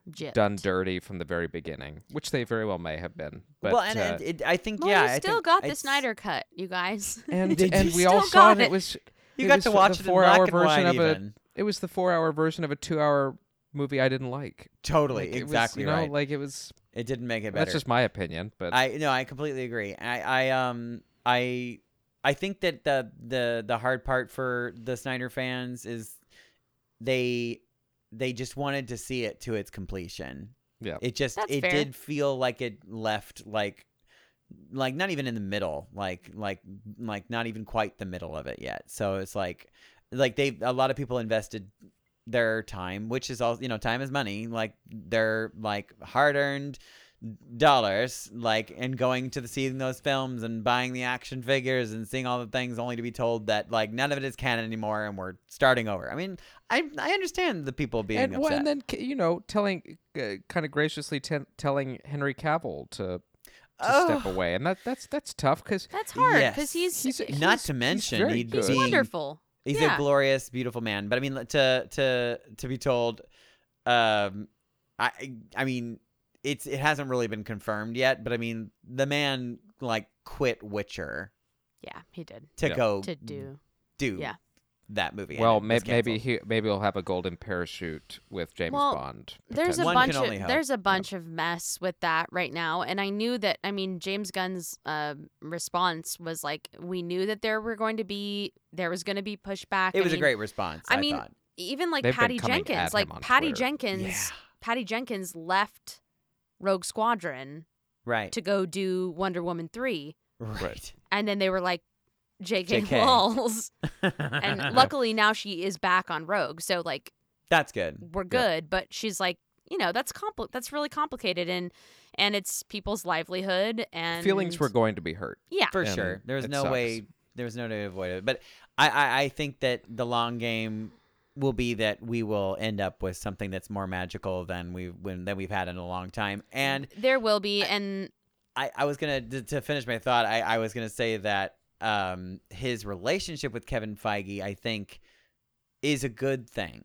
S2: Gypped.
S1: done dirty from the very beginning, which they very well may have been. But
S3: well, and,
S1: uh,
S3: and it, I think
S2: Well,
S3: yeah,
S2: you
S3: I
S2: still
S3: think
S2: got the
S3: it's-
S2: Snyder cut, you guys. [LAUGHS]
S3: [LAUGHS]
S1: and,
S3: Did
S1: and
S3: you
S1: we all
S2: still
S1: saw
S2: got
S1: it. and
S2: it?
S1: It was
S3: You
S1: it
S3: got
S1: was
S3: to
S1: the
S3: watch it in
S1: four-hour
S3: black and
S1: version of
S3: white
S1: a-
S3: even.
S1: It was the four-hour version of a two-hour movie I didn't like.
S3: Totally,
S1: Like, it was,
S3: exactly
S1: you know,
S3: right.
S1: Like it was.
S3: it didn't make it better.
S1: That's just my opinion, but
S3: I no, I completely agree. I, I um I I think that the the the hard part for the Snyder fans is they they just wanted to see it to its completion.
S1: yeah.
S3: It just
S2: That's
S3: it
S2: fair.
S3: did feel like it left like like not even in the middle, like like like not even quite the middle of it yet. So it's like like they a lot of people invested their time, which is all you know, time is money, like their like hard earned dollars, like and going to the seeing those films and buying the action figures and seeing all the things only to be told that like none of it is canon anymore and we're starting over. I mean, I I understand the people being
S1: and, well,
S3: upset.
S1: and then ca- you know, telling uh, kind of graciously ten telling Henry Cavill to, to step
S3: Oh.
S1: away, and that that's that's tough because
S2: That's hard
S3: Yes.
S2: because he's,
S1: He's-
S2: he's,
S1: he's-
S3: not to mention
S1: very
S3: he
S1: good. He's
S3: being-
S2: wonderful.
S3: He's
S2: yeah.
S3: a glorious, beautiful man. But I mean, to to to be told, um, I I mean, it's it hasn't really been confirmed yet. But I mean, the man like quit Witcher
S2: yeah, he did.
S3: to
S1: Yeah.
S3: go
S2: To do.
S3: do
S2: yeah.
S3: that movie. and
S1: well,
S3: it was
S1: maybe maybe
S3: canceled.
S1: he maybe he'll have a golden parachute with James
S2: Well,
S1: Bond.
S2: There's a
S1: potentially.
S3: One
S2: bunch
S3: can
S2: of
S3: only hope.
S2: there's a bunch of mess with that right now, and I knew that. I mean, James Gunn's uh, response was like, we knew that there were going to be there was going to be pushback.
S3: It
S2: I
S3: was
S2: mean,
S3: a great response.
S2: I
S3: I,
S2: mean,
S3: thought.
S2: even like
S1: They've been
S2: Patty
S1: coming at
S2: Jenkins,
S1: him
S2: like
S1: on
S2: Patty
S1: Twitter.
S2: Jenkins,
S3: Yeah.
S2: Patty Jenkins left Rogue Squadron
S3: right,
S2: to go do Wonder Woman three,
S3: [LAUGHS] right,
S2: and then they were like, "JK,
S3: JK. [LAUGHS]
S2: lols." and luckily now she is back on Rogue, so like
S3: that's good.
S2: we're good. But she's like, you know, that's compli- that's really complicated, and and it's people's livelihood and
S1: Feelings were going to be hurt.
S2: yeah.
S3: for
S1: And
S3: sure. There was
S1: it
S3: no
S1: sucks.
S3: way. There was no way to avoid it. But I, I, I think that the long game will be that we will end up with something that's more magical than we when than we've had in a long time. And
S2: There will be, and
S3: I, I was gonna to, to finish my thought. I, I was gonna say that um his relationship with Kevin Feige, I think, is a good thing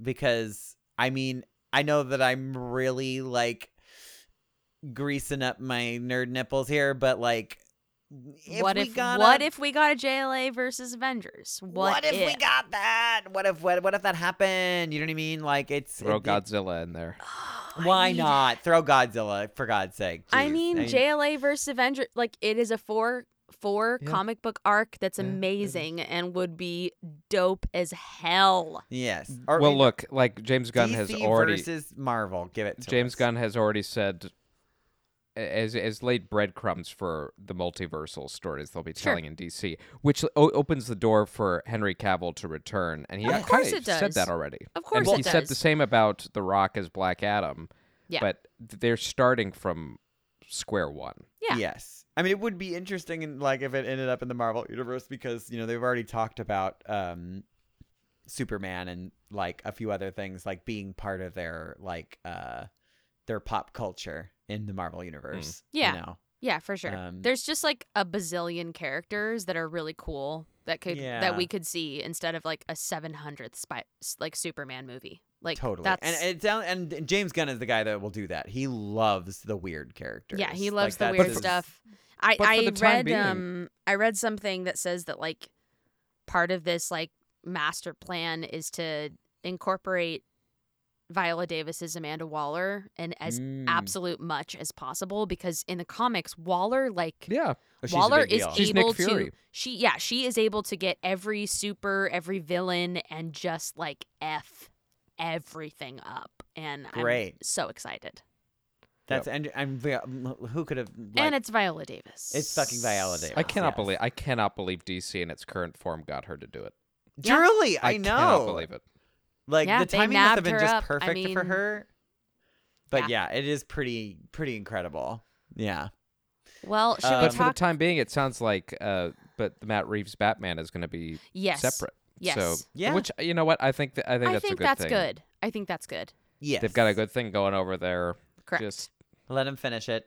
S3: because I mean I know that I'm really like greasing up my nerd nipples here, but like. If
S2: what
S3: we
S2: if
S3: got
S2: what
S3: a-
S2: if we got a JLA versus Avengers? What,
S3: what, if, we got that? What if what, what if that happened? You know what I mean? Like it's
S1: Throw
S3: it- it-
S1: Godzilla in there.
S3: Why
S2: I mean-
S3: not throw Godzilla for God's sake?
S2: I
S3: Jeez.
S2: mean, JLA versus Avengers, like it is a four four
S1: Yeah.
S2: comic book arc that's
S1: Yeah, it is.
S2: amazing and would be dope as hell.
S3: Yes.
S1: well, look, like James Gunn has
S3: DC
S1: already
S3: versus Marvel. Give it. To
S1: James
S3: us.
S1: Gunn has already said as as laid breadcrumbs for the multiversal stories they'll be
S2: Sure.
S1: telling in DC, which o- opens the door for Henry Cavill to return, and he
S2: Of
S1: kind
S2: course it
S1: said
S2: does.
S1: that already.
S2: Of course
S1: and
S2: it
S1: he said
S2: does.
S1: the same about The Rock as Black Adam.
S2: Yeah.
S1: but th- they're starting from square one.
S2: Yeah.
S3: Yes. I mean, it would be interesting, in, like, if it ended up in the Marvel universe because you know they've already talked about um, Superman and like a few other things, like being part of their like uh, their pop culture in the Marvel universe.
S1: Hmm.
S2: Yeah.
S3: You know?
S2: Yeah, for sure.
S3: Um,
S2: There's just like a bazillion characters that are really cool that could that
S3: Yeah.
S2: we could see instead of like a 700th spy, like Superman movie. Like
S3: totally.
S2: that's
S3: And it's and James Gunn is the guy that will do that. He loves the weird characters.
S2: Yeah, he
S3: Like,
S2: loves
S3: that's
S2: the weird
S3: his-
S2: stuff. I
S1: but for
S2: I
S1: the time
S2: read
S1: being-
S2: um I read something that says that like part of this like master plan is to incorporate Viola Davis's Amanda Waller and as
S3: Mm.
S2: absolute much as possible because in the comics Waller like
S1: Yeah,
S3: Oh, she's a
S2: Waller
S3: big
S2: is
S3: deal.
S1: She's Nick
S2: able to
S1: Fury.
S2: she yeah she is able to get every super every villain and just like f everything up and
S3: Great.
S2: I'm so excited
S3: That's and I'm who could have like,
S2: and it's Viola Davis.
S3: it's fucking Viola Davis.
S1: I cannot
S3: yes.
S1: believe I cannot believe DC in its current form got her to do it.
S3: Truly, I, know.
S1: cannot believe it.
S3: Like
S2: Yeah,
S3: the
S2: they
S3: timing must have
S2: nabbed
S3: been
S2: her
S3: just
S2: up. I
S3: perfect for
S2: mean,
S3: her. But yeah. it is pretty pretty incredible. Yeah.
S2: Well, should
S3: Uh,
S2: we
S1: But for the
S2: talk?
S1: time being, it sounds like uh, but Matt Reeves Batman is going to be
S2: yes.
S1: separate. So
S2: Yes.
S3: Yeah.
S1: which you know what I think that I think
S2: I
S1: that's a
S2: think
S1: good
S2: that's
S1: thing.
S2: good. I think that's good.
S3: Yes.
S1: They've got a good thing going over there.
S2: Correct.
S1: Just
S3: Let him finish it.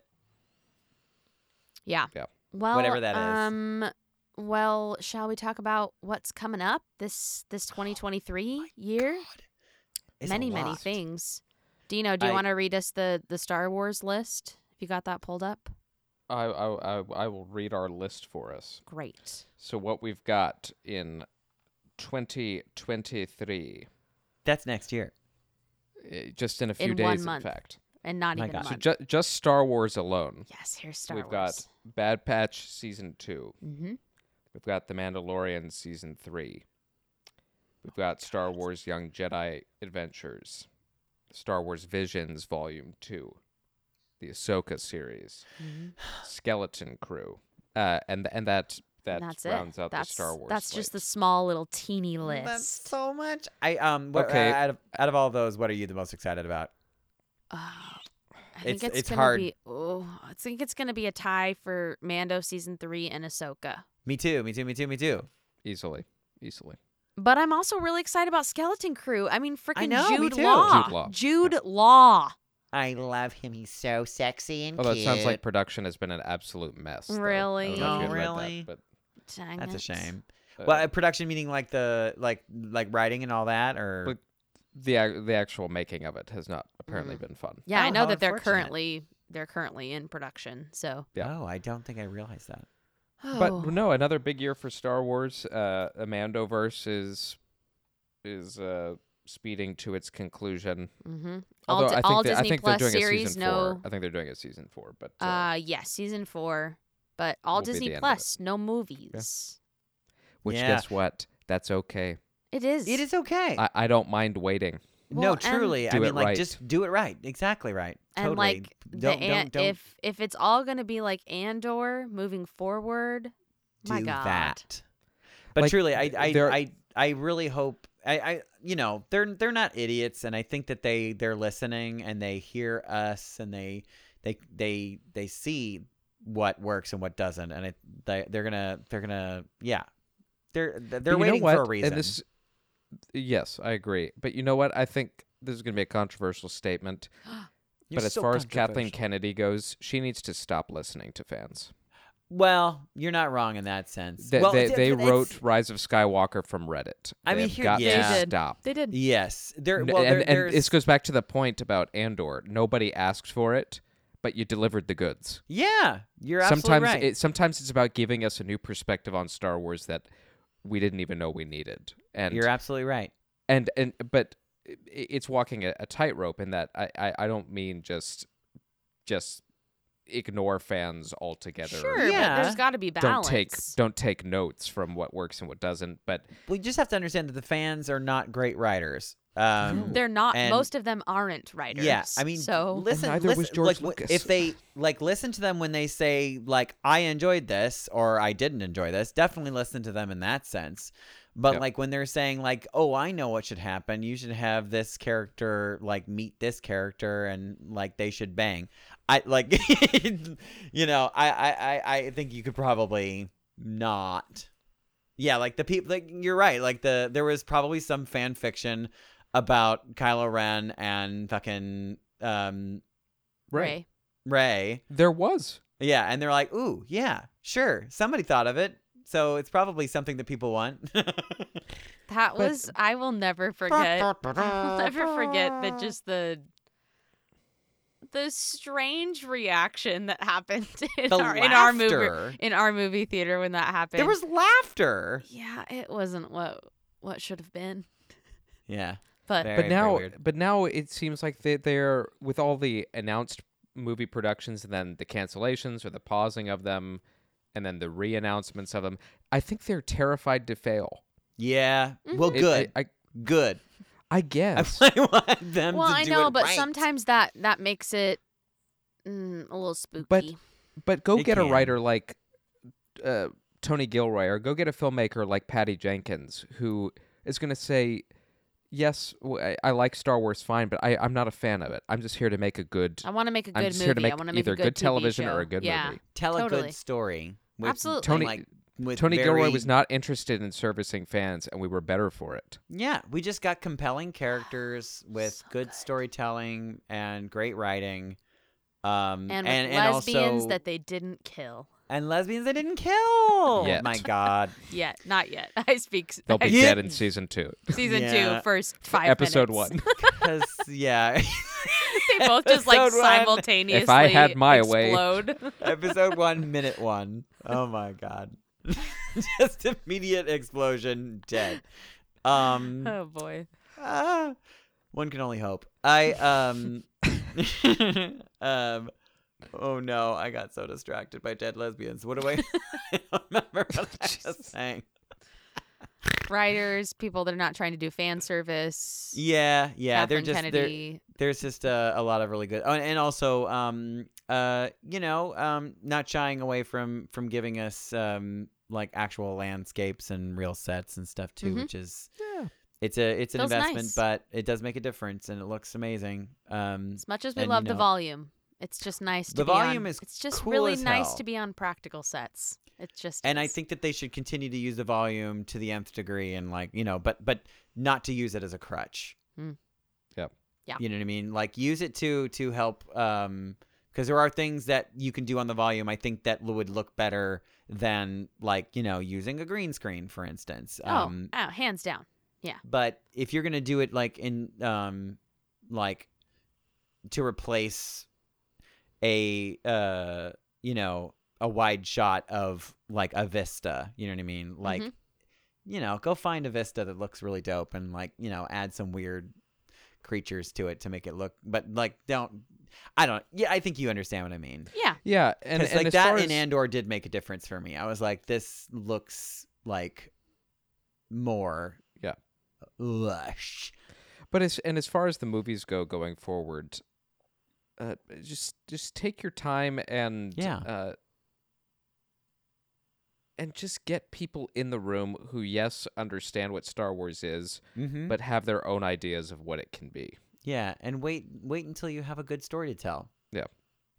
S2: Yeah.
S1: Yeah.
S2: Well,
S3: Whatever that is.
S2: Um, well, shall we talk about what's coming up this this 2023 year?
S3: It's a
S2: many many
S3: lot.
S2: things. Dino, do you
S3: I-
S2: want to read us the the Star Wars list? If you got that pulled up,
S1: I I I, I will read our list for us.
S2: great.
S1: So what we've got in 2023,
S3: That's next year.
S1: eh, just in a few
S2: In
S1: days,
S2: one
S1: in
S2: month.
S1: fact.
S2: And not
S3: My
S2: even a
S3: God. So
S2: month.
S1: Ju- just Star Wars alone.
S2: yes, here's Star
S1: we've
S2: Wars.
S1: got Bad Patch season two.
S2: hmm
S1: We've got The Mandalorian season three. We've
S2: Oh,
S1: got Star Wars Young Jedi Adventures, Star Wars Visions Volume Two, the Ahsoka series,
S2: Mm-hmm.
S1: Skeleton Crew, uh, and and that that
S2: that's
S1: rounds
S2: it.
S1: out
S2: that's
S1: the Star Wars.
S2: that's just the
S1: slate.
S2: small little teeny list.
S3: That's so much. I um. What,
S1: Okay.
S3: uh, out of out of all those, what are you the most excited about?
S2: Oh, I think
S3: It's-
S2: it's,
S3: it's
S2: gonna
S3: hard.
S2: be. Oh, I think it's gonna be a tie for Mando season three and Ahsoka.
S3: Me too. Me too. Me too. Me too.
S1: easily, easily.
S2: But I'm also really excited about Skeleton Crew. I mean, freaking
S3: know, me
S2: Jude,
S3: too.
S2: Law.
S1: Jude Law.
S2: Jude Law.
S3: I love him. He's so sexy and
S1: Although it Oh, sounds like production has been an absolute mess. though. I don't know if
S2: Really?
S1: you had
S3: Oh,
S1: read that,
S3: really?
S1: but,
S2: Dang
S3: That's a
S2: it.
S3: shame.
S1: uh,
S3: well, uh, production meaning like the like like writing and all that, or
S1: But- the ac- the actual making of it has not
S2: Mm-hmm.
S1: apparently been fun.
S2: Yeah, I
S3: Oh,
S2: know
S3: how
S2: that they're
S3: unfortunate.
S2: currently they're currently in production. So,
S1: Yeah.
S3: oh, I don't think I realized that.
S2: Oh,
S1: But no, another big year for Star Wars. Uh, Amandoverse is is uh, speeding to its conclusion.
S2: mhm. all,
S1: Although
S2: Di-
S1: I think
S2: all
S1: they-
S2: Disney
S1: I think
S2: Plus
S1: they're doing a
S2: series,
S1: season
S2: no.
S1: four. I think they're doing a season four, but uh,
S2: Uh, yes, season four, but all
S1: Will be the
S2: Disney
S1: end of it.
S2: Plus, no movies.
S1: which
S3: yeah.
S1: guess what? That's okay.
S2: It is.
S3: It is okay.
S1: I, I don't mind waiting.
S2: Well,
S3: no,
S2: and-
S3: truly. I
S1: Do
S3: mean,
S1: it
S3: like,
S1: right.
S3: just do it right. Exactly right.
S2: and
S3: totally.
S2: like the
S3: don't,
S2: an-
S3: don't, don't
S2: if if it's all gonna be like Andor moving forward,
S3: do
S2: my God,
S3: that. But
S1: Like, uh,
S3: truly, I, I,
S1: there-
S3: I, I really hope. I, I, you know, they're they're not idiots, and I think that they they're listening and they hear us and they they they they see what works and what doesn't, and it, they they're gonna they're gonna yeah, they're
S1: But
S3: they're
S1: you know
S3: waiting
S1: what?
S3: for a reason.
S1: And this, yes, I agree. But you know what? I think this is going to be a controversial statement.
S3: You're
S1: but as
S3: so
S1: far as Kathleen
S3: controversial.
S1: Kennedy goes, she needs to stop listening to fans.
S3: Well, you're not wrong in that sense.
S1: They,
S3: well,
S1: they,
S3: it's-
S1: they
S3: it's-
S1: wrote Rise of Skywalker from Reddit.
S3: I
S1: They
S3: mean,
S1: have
S3: here-
S1: got
S3: yeah.
S1: to
S3: They
S2: did.
S1: stop.
S2: they did.
S3: Yes, there.
S1: N-
S3: Well, there,
S1: and, and this
S3: there's-
S1: goes back to the point about Andor. Nobody asked for it, but you delivered the goods.
S3: yeah, you're absolutely
S1: sometimes
S3: right.
S1: it, sometimes it's about giving us a new perspective on Star Wars that we didn't even know we needed. And
S3: you're absolutely right.
S1: and and but i- it's walking a, a tightrope in that I, I I don't mean just just ignore fans altogether. or
S2: Sure, but
S3: Yeah.
S2: there's got to be
S1: Don't
S2: balance.
S1: take don't take notes from what works and what doesn't. But
S3: We just have to understand that the fans are not great writers. Um,
S2: They're not.
S3: and-
S2: most of them aren't writers.
S3: Yeah, I mean,
S2: so
S3: listen,
S1: neither was
S3: listen-
S1: George
S3: like, w-
S1: Lucas.
S3: If they like listen to them when they say like I enjoyed this or I didn't enjoy this, definitely listen to them in that sense. But
S1: Yep.
S3: like when they're saying like, "Oh, I know what should happen. You should have this character like meet this character and like they should bang." I like [LAUGHS] you know, I I I, I think you could probably not yeah, like the people, like you're right. Like the there was probably some fan fiction about Kylo Ren and fucking um
S2: Ray.
S3: Ray.
S1: There was.
S3: Yeah, and they're like, ooh, yeah, sure, somebody thought of it. So it's probably something that people want. [LAUGHS]
S2: That was I will never forget. [LAUGHS] I'll never forget that just the the strange reaction that happened [LAUGHS] in
S3: The
S2: our in our
S3: laughter.
S2: movie in our movie theater when that happened.
S3: there was laughter.
S2: yeah, it wasn't what what should have been,
S3: Yeah,
S2: but
S3: Very,
S1: but
S3: very
S1: now
S3: weird.
S1: but now it seems like they, they're with all the announced movie productions and then the cancellations or the pausing of them and then the re-announcements of them i think they're terrified to fail
S3: yeah.
S2: Mm-hmm.
S3: Well,
S1: It-
S3: good,
S1: i i,
S3: good. [LAUGHS]
S1: I guess
S3: I [LAUGHS] want them
S2: well,
S3: to
S2: I
S3: do
S2: know,
S3: it
S2: but
S3: right.
S2: sometimes that that makes it mm, a little spooky.
S1: But but go
S3: It
S1: get
S3: can.
S1: a writer like uh, Tony Gilroy, or go get a filmmaker like Patty Jenkins, who is going to say, "Yes, w- I, I like Star Wars, fine, but I, I'm not a fan of it. I'm just here to make a good.
S2: I want to make a good
S1: I'm just
S2: movie.
S1: here to make
S2: I want to make
S1: either
S2: a good, TV
S1: television or a
S2: show.
S1: good
S2: yeah.
S1: movie."
S3: Tell a
S2: Totally.
S3: good story. With,
S2: Absolutely.
S1: Tony
S3: like, with
S1: Tony Gilroy
S3: very-
S1: was not interested in servicing fans, and we were better for it.
S3: Yeah, we just got
S2: [SIGHS]
S3: compelling characters with
S2: So
S3: good,
S2: good.
S3: storytelling and great writing. Um,
S2: And, with
S3: and,
S2: lesbians
S3: also,
S2: that they didn't kill.
S3: and lesbians they didn't kill.
S1: Yet.
S3: My God,
S2: Yet, not yet. [LAUGHS] I speak
S1: They'll be
S3: Yeah.
S1: dead in season two,
S2: season
S3: Yeah.
S2: two, first five
S1: episode
S2: minutes.
S3: [LAUGHS]
S1: one.
S3: because yeah,
S2: [LAUGHS] they both just like
S3: Episode one. If I had
S2: simultaneously
S1: my way.
S2: explode. [LAUGHS]
S3: episode one, minute one. Oh my God, just immediate explosion, dead. Um,
S2: [LAUGHS] oh boy.
S3: Ah, one can only hope. I um um oh no, I got so distracted by dead lesbians. What do I, [LAUGHS] I don't remember what I was saying?
S2: Writers, people that are not trying to do fan service.
S3: Yeah, yeah,
S2: Catherine
S3: they're just they're,
S2: Kennedy.
S3: there's just uh, a lot of really good oh, and also um uh you know um not shying away from from giving us um like actual landscapes and real sets and stuff too,
S2: Mhm.
S3: which is it's a it's an
S2: Feels
S3: investment,
S2: nice.
S3: but it does make a difference and it looks amazing. Um
S2: As much as we
S3: and, you
S2: love the
S3: know,
S2: volume, it's just nice to
S3: the
S2: be on-
S3: volume is
S2: It's just
S3: cool
S2: really
S3: as
S2: nice
S3: hell.
S2: to be on practical sets. It's just
S3: and I
S2: is.
S3: think that they should continue to use the volume to the nth degree and like you know, but but not to use it as a crutch.
S2: Mm.
S1: Yep.
S2: Yeah.
S3: You know what I mean? Like use it to to help um because there are things that you can do on the volume. I think that would look better than like you know using a green screen, for instance.
S2: oh,
S3: Um,
S2: oh, hands down.
S3: but if you're gonna do it like in um like to replace a uh you know a wide shot of like a vista you know what i mean like
S2: Mhm.
S3: you know go find a vista that looks really dope and like you know add some weird creatures to it to make it look but like don't i don't yeah i think you understand what i mean
S2: Yeah.
S1: yeah, and,
S3: 'Cause,
S1: and
S3: like
S1: as
S3: that
S1: far
S3: in
S1: as-
S3: Andor did make a difference for me. I was like, this looks like more
S1: Yeah.
S3: lush.
S1: But as and as far as the movies go going forward, uh, just just take your time and
S3: Yeah.
S1: uh, and just get people in the room who yes understand what Star Wars is,
S3: Mm-hmm.
S1: but have their own ideas of what it can be.
S3: yeah, and wait, wait until you have a good story to tell.
S1: Yeah.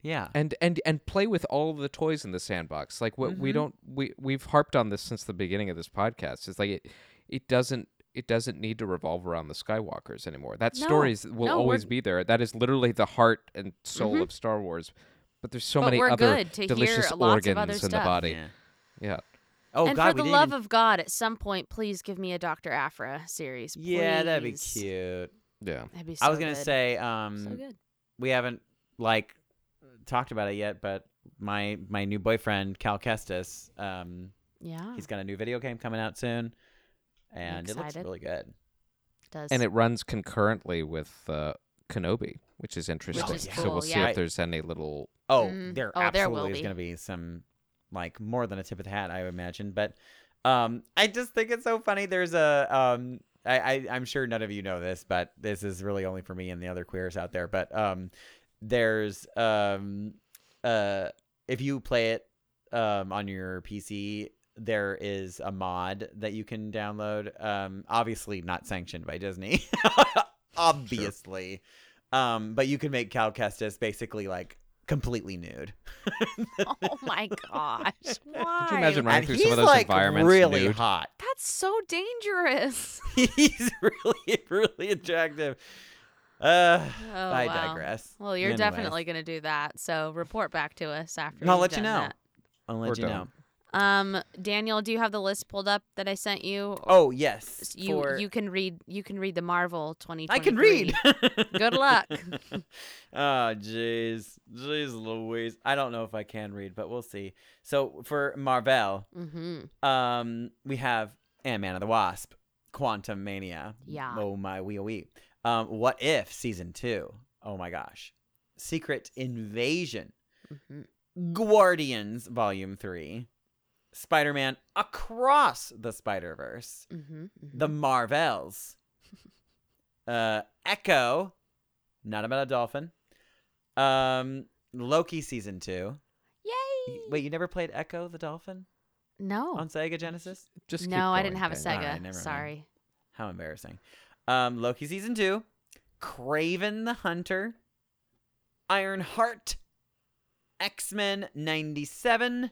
S3: Yeah.
S1: And and and play with all of the toys in the sandbox. Like what we
S2: Mm-hmm.
S3: Mhm.
S1: don't we we've harped on this since the beginning of this podcast. It's like it it doesn't it doesn't need to revolve around the Skywalkers anymore. That
S2: No,
S1: story is, will
S2: no, we're- Mm-hmm.
S1: always be there. That is literally the heart and soul of Star Wars. But there's so
S2: But
S1: many
S2: we're
S1: other
S2: good to hear
S1: delicious
S2: lots of
S1: organs
S2: other
S1: in the
S2: stuff.
S1: body.
S3: Yeah.
S1: Yeah.
S3: Oh
S2: and
S3: God,
S2: for the
S3: we didn't
S2: love
S3: even-
S2: of God, at some point, please give me a Dr. Afra series.
S3: yeah, that'd be
S2: please.
S3: cute.
S1: Yeah.
S2: That'd be
S3: I was
S2: so
S3: gonna
S2: good.
S3: say, um,
S2: so good.
S3: we haven't like talked about it yet, but my my new boyfriend Cal Kestis, um,
S2: Yeah,
S3: he's got a new video game coming out soon, and it looks
S2: Ah. excited?
S3: really good.
S2: it does.
S1: And it runs concurrently with uh, Kenobi, which is interesting.
S2: is
S1: So we'll
S2: cool,
S1: see
S2: yeah.
S1: if there's any little
S3: Oh,
S2: Mm.
S3: there
S2: Oh, there will
S3: absolutely is
S2: be.
S3: going to be some, like more than a tip of the hat, I would imagine. But, um, I just think it's so funny. There's a, um, I, I I'm sure none of you know this, but this is really only for me and the other queers out there. But, um, there's, um, uh, if you play it, um, on your PC. There is a mod that you can download. Um, obviously not sanctioned by Disney. [LAUGHS] obviously. Um, but you can make Cal Kestis basically like completely nude.
S2: [LAUGHS] oh my gosh, why?
S1: Could you imagine running
S3: and
S1: through
S3: he's
S1: some of those
S3: like
S1: environments
S3: really
S1: nude?
S3: hot. [LAUGHS]
S2: That's so dangerous. [LAUGHS]
S3: he's really, really attractive. Uh,
S2: Oh,
S3: I
S2: wow.
S3: digress.
S2: Well, you're
S3: Anyways,
S2: definitely going to do that. So report back to us after.
S3: I'll
S2: you've
S3: let you
S2: done
S3: know.
S2: that.
S3: I'll let
S1: Or
S3: you know.
S1: don't.
S2: Um, Daniel, do you have the list pulled up that I sent you?
S3: Oh yes,
S2: you
S3: for-
S2: you can read you can read the Marvel 2023.
S3: I can read.
S2: Good
S3: [LAUGHS]
S2: luck.
S3: oh jeez, jeez Louise. I don't know if I can read, but we'll see. So for Marvel, [LAUGHS]
S2: mm-hmm.
S3: Um, we have Ant Man of the Wasp, Quantum Mania.
S2: Yeah.
S3: Oh my wee wee. Um, what if season two? Oh my gosh. Secret Invasion.
S2: Mhm.
S3: Guardians Volume Three. Spider Man Across the Spider Verse.
S2: Mm-hmm.
S3: The
S2: [LAUGHS]
S3: Marvels. uh, Echo. Not about a dolphin. Um, Loki season two.
S2: Yay!
S3: Y- Wait, you never played Echo the Dolphin
S2: No,
S3: on Sega Genesis?
S1: Just keep
S2: no, I didn't
S1: going,
S2: have a
S1: Daniel.
S3: All right,
S2: Sega.
S3: never mind.
S2: Sorry.
S3: How embarrassing. Um, Loki season two, Craven the Hunter, Ironheart, X Men '97,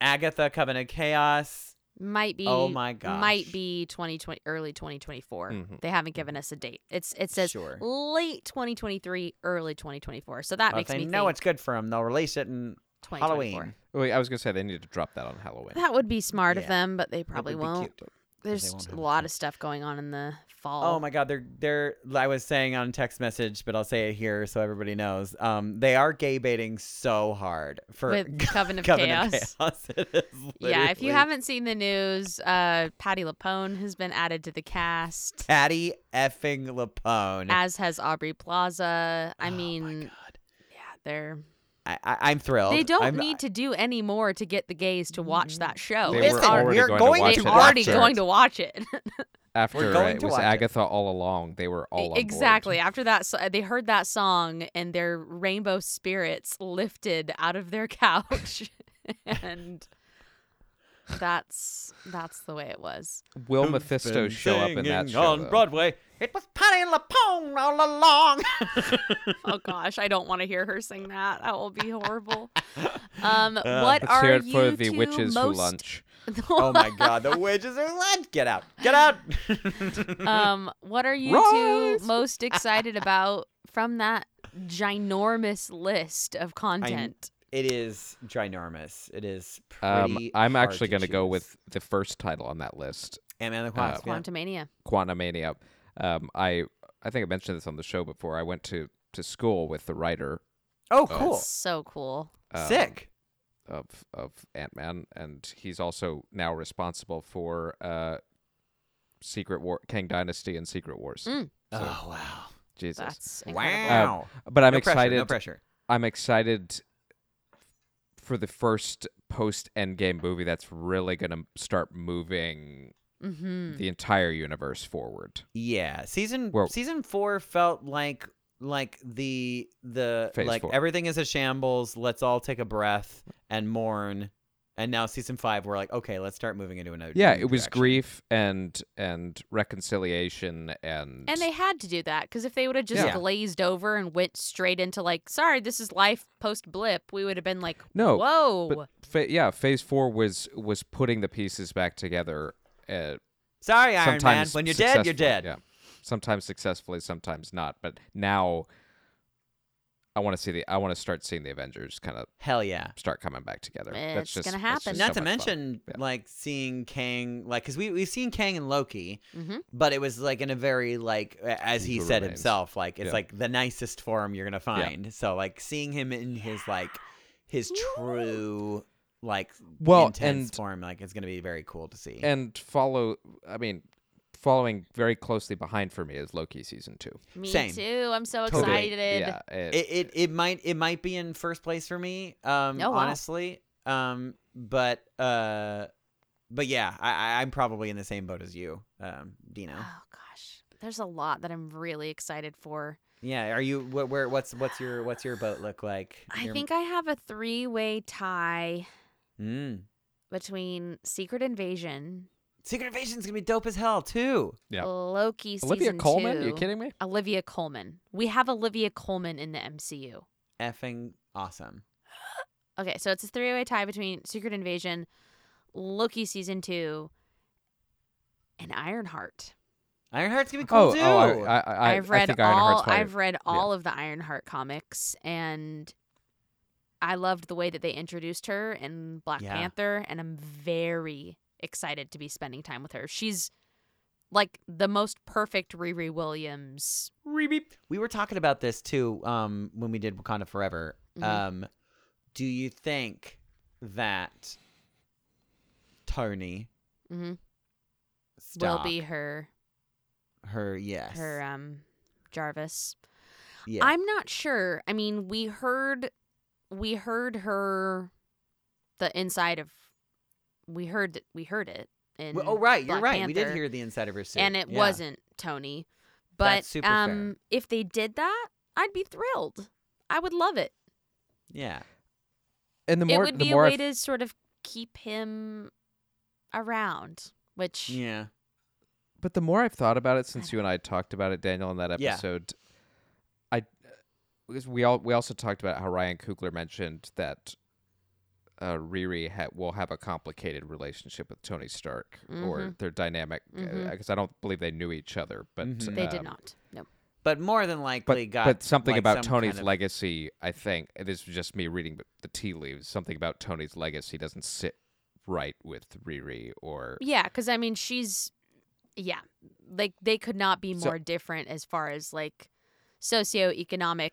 S3: Agatha Coven of Chaos.
S2: Might be.
S3: Oh my gosh. Mm-hmm.
S2: Might be 2020, early 2024.
S1: Mhm.
S2: They haven't given us a date. It's it says
S3: Sure.
S2: late 2023, early 2024. So that
S3: Well, if
S2: makes
S3: they
S2: me
S3: know
S2: think
S3: it's good for them. They'll release it in
S2: 2024.
S3: Halloween.
S1: Wait, I was gonna say they need to drop that on Halloween.
S2: That would be smart
S3: Yeah.
S2: of them, but they probably
S3: would be
S2: won't.
S3: cute.
S2: There's
S3: won't have
S2: a
S3: a
S2: lot of stuff going on in the fall.
S3: Oh my god, they're they're I was saying on text message, but I'll say it here so everybody knows. Um they are gay baiting so hard for [LAUGHS]
S2: With Coven of Chaos.
S3: Chaos. [LAUGHS] It is
S2: Yeah, if you
S3: literally-
S2: haven't seen the news, uh, Patty Lapone has been added to the cast,
S3: Patty effing Lapone.
S2: as has Aubrey Plaza. I
S3: Oh my
S2: mean,
S3: God.
S2: yeah, they're
S3: I, I, I'm thrilled.
S2: they don't
S3: I'm-
S2: need to do any more to get the gays to watch that show.
S1: They
S2: It's
S1: were
S3: Listen,
S2: al-
S1: already
S3: we're
S1: going to
S3: going
S1: watch
S2: they're
S1: it
S3: to
S2: already
S3: watch it.
S2: going to watch it. [LAUGHS]
S1: After uh,
S3: going
S1: it
S3: to
S1: was
S3: watch it.
S1: Agatha all along. They were all on board.
S2: exactly. After that, so- they heard that song and their rainbow spirits lifted out of their [LAUGHS] couch, and that's that's the way it was.
S1: Will
S3: Who's
S1: Mephisto
S3: been
S1: show up in that
S3: singing
S1: show?
S3: on
S1: though?
S3: Broadway. It was Patty Lapone all along.
S1: [LAUGHS]
S2: Oh gosh, I don't want to hear her sing that. That will be horrible. Um, what
S1: Uh, Let's
S2: are
S1: hear it
S2: you
S1: for the
S2: two
S1: witches
S2: most...
S1: who
S2: [LAUGHS]
S1: lunch.
S3: [LAUGHS] oh my god, the witches are lent. Get out. Get out. [LAUGHS]
S2: um, what are you
S1: [LAUGHS]
S2: two most excited about from that ginormous list of content?
S3: it is ginormous. It is
S1: Um,
S3: pretty
S1: I'm
S3: hard
S1: actually
S3: to
S1: going to go
S3: choose.
S1: with the first title on that list,
S3: Ant-Man
S2: uh,
S3: and the
S1: uh,
S3: Wasp. yeah.
S2: Quantumania.
S1: Quantumania. Um, I I think I mentioned this on the show before. I went to to school with the writer
S3: Oh, cool.
S2: So cool.
S1: um,
S3: Sick.
S1: of of Ant Man, and he's also now responsible for uh, Secret War, Kang Dynasty, and Secret Wars.
S2: Mm.
S1: So,
S3: oh, wow.
S1: Jesus.
S2: That's incredible.
S1: Wow. but I'm
S3: no pressure,
S1: excited.
S3: No pressure.
S1: I'm excited for the first post Endgame movie that's really going to start moving
S2: Mm-hmm.
S1: the entire universe forward.
S3: Yeah. Season
S1: Well-
S3: season 4 felt like like the the
S1: Phase
S3: like
S1: four.
S3: everything is a shambles. Let's all take a breath and mourn. And now season 5 we're like, okay, let's start moving into another
S1: Yeah,
S3: new
S1: it was
S3: direction.
S1: grief and and reconciliation and
S2: And they had to do that because if they would have just
S3: Yeah.
S2: glazed over and went straight into like, sorry, this is life post blip, we would have been like,
S1: No,
S2: whoa.
S1: but fa- yeah, phase 4 was was putting the pieces back together uh,
S3: Sorry, Iron Man.
S1: sometimes
S3: When you're dead, you're
S1: successfully,
S3: dead.
S1: Yeah. Sometimes successfully, sometimes not, but now I want to see the I want to start seeing the Avengers kind of
S3: Hell yeah.
S1: start coming back together.
S2: Eh, It's
S1: that's just,
S2: gonna
S1: that's just
S2: happen.
S3: Not
S1: so
S3: to
S1: much fun.
S3: mention,
S1: Yeah.
S3: like seeing Kang, like because we we've seen Kang and Loki,
S2: Mhm.
S3: but it was like in a very like a- as he
S1: Who Mm-hmm.
S3: said
S1: remains.
S3: himself, like it's
S1: Yeah.
S3: like the nicest form you're gonna find. So like seeing him in his like his true like
S1: Well,
S3: intense
S1: and-
S3: form, like it's gonna be very cool to see.
S1: and follow i mean following very closely behind for me is loki season two
S2: Me
S3: Same.
S2: too. I'm so
S3: Totally.
S2: excited.
S1: yeah it-
S3: it, it it might it might be in first place for me, um,
S2: Oh, wow.
S3: honestly, um, but uh, but yeah, I, I I'm probably in the same boat as you, um, Dino.
S2: Oh gosh, there's a lot that I'm really excited for.
S3: Yeah, are you wh- where what's what's your what's your boat look like?
S2: I
S3: Your-
S2: think I have a three-way tie
S3: mm.
S2: between Secret Invasion,
S3: Secret Invasion's going to be dope as hell too.
S1: Yep.
S2: Loki
S1: olivia
S2: season
S1: coleman
S2: two.
S1: you kidding me
S2: Olivia Coleman. We have Olivia Coleman in the MCU.
S3: Effing awesome.
S2: Okay, so it's a three-way tie between Secret Invasion, Loki season two, and Ironheart.
S3: Ironheart's going to be cool
S1: oh,
S3: too.
S1: oh I, I, I,
S2: I've read
S1: I think
S2: all.
S1: Ironheart's probably-
S2: I've read all of the Ironheart comics, and I loved the way that they introduced her in Black
S3: Yeah.
S2: Panther, and I'm very excited to be spending time with her. She's like the most perfect Riri Williams.
S3: we were talking about this too um when we did Wakanda Forever.
S2: Mhm.
S3: Um do you think that Tony
S2: Mhm.
S3: Stark,
S2: Will be her
S3: her yes.
S2: her um Jarvis.
S3: yeah.
S2: I'm not sure. I mean, we heard we heard her the inside of we heard we heard it. In
S3: Well, oh right, you're
S2: Black
S3: right. We did
S2: Panther.
S3: hear the inside of her suit.
S2: and it
S3: Yeah.
S2: wasn't Tony. But
S3: That's super fair.
S2: um, if they did that, I'd be thrilled. I would love it.
S3: Yeah.
S1: And the more
S2: it would
S1: the
S2: be a
S1: more
S2: way
S1: I've-
S2: to sort of keep him around, which
S3: Yeah.
S1: but the more I've thought about it since you and I talked about it, Daniel, in that
S3: Yeah.
S1: episode, I because we all we also talked about how Ryan Coogler mentioned that uh, Riri ha- will have a complicated relationship with Tony Stark
S3: Mm-hmm.
S1: or their dynamic because I don't believe they knew each other, but
S2: they did
S1: um,
S2: not. No.
S3: But more than
S1: But,
S3: likely got
S1: but something
S3: like,
S1: about
S3: some
S1: Tony's
S3: kind of-
S1: legacy, I think, and this is just me reading b- the tea leaves. Something about Tony's legacy doesn't sit right with Riri or
S2: Yeah, because I mean, she's yeah, like they could not be
S1: So-
S2: more different as far as like socioeconomic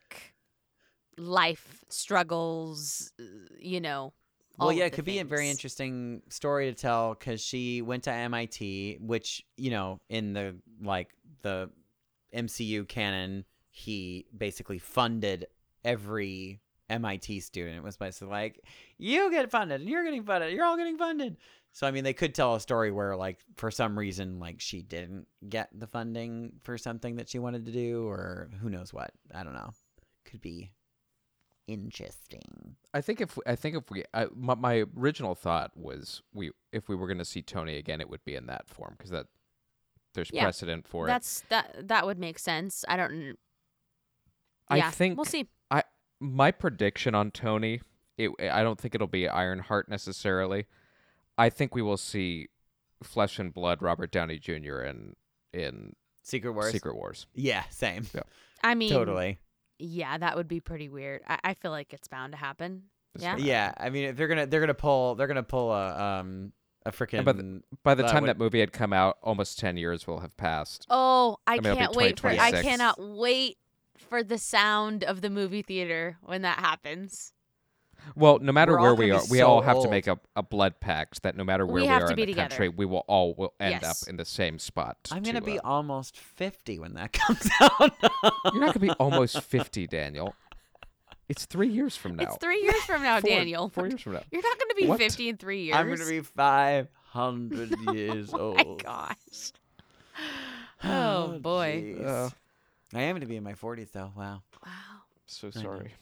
S2: life struggles. uh, You know, all
S3: Well, yeah,
S2: of
S3: it
S2: the
S3: could be a very
S2: things.
S3: interesting story to tell because she went to MIT, which you know, in the like the MCU canon, he basically funded every MIT student. It was basically like, you get funded, and you're getting funded, you're all getting funded. So I mean, they could tell a story where like for some reason like she didn't get the funding for something that she wanted to do, or who knows what. I don't know. Could be interesting.
S1: I think if I think if we I, my, my original thought was we if we were going to see Tony again, it would be in that form because that there's
S2: Yeah,
S1: precedent for
S2: That's that. That would make sense. I don't. kn-
S1: it. I
S2: yeah,
S1: think
S2: we'll see.
S1: I my prediction on Tony, it I don't think it'll be Ironheart necessarily. I think we will see flesh and blood Robert Downey Jr. in in
S3: Secret Wars.
S1: Secret Wars.
S3: Yeah, same.
S2: I mean,
S3: Totally.
S2: Yeah, that would be pretty weird. I, I feel like it's bound to happen.
S1: It's
S2: yeah.
S1: gonna-
S3: Yeah, I mean, if they're gonna they're gonna pull they're gonna pull a um a freaking
S1: by the- By the
S3: That
S1: time
S3: would-
S1: that movie had come out, almost ten years will have passed.
S2: Oh, I,
S1: mean, it'll be
S2: can't wait for. I
S1: 2026.
S2: cannot wait for the sound of the movie theater when that happens.
S1: Well, no matter
S3: We're all
S1: where
S3: gonna
S1: we
S3: be
S1: are, we
S3: so
S1: all have to
S3: old.
S1: make a, a blood pact that no matter where
S2: We
S1: we,
S2: have
S1: are
S2: to
S1: in
S2: be
S1: the
S2: together.
S1: country, we will all will end
S2: Yes.
S1: up in the same spot.
S3: I'm gonna
S1: to,
S3: be
S2: [LAUGHS]
S1: uh,
S3: almost fifty when that [LAUGHS] comes out.
S1: you're not gonna be almost fifty, Daniel. It's three years from now.
S2: It's three years from
S1: [LAUGHS]
S2: now,
S1: Four-
S2: [LAUGHS] Daniel.
S1: Four years from now.
S2: You're not going to be
S1: What?
S2: 50 in three years. Oh
S3: I'm gonna be five hundred years old.
S2: [LAUGHS] My gosh. Oh boy.
S3: jeez.
S1: Uh,
S3: I am gonna be in my forties though. Wow,
S2: Wow.
S1: So
S3: know.
S1: sorry.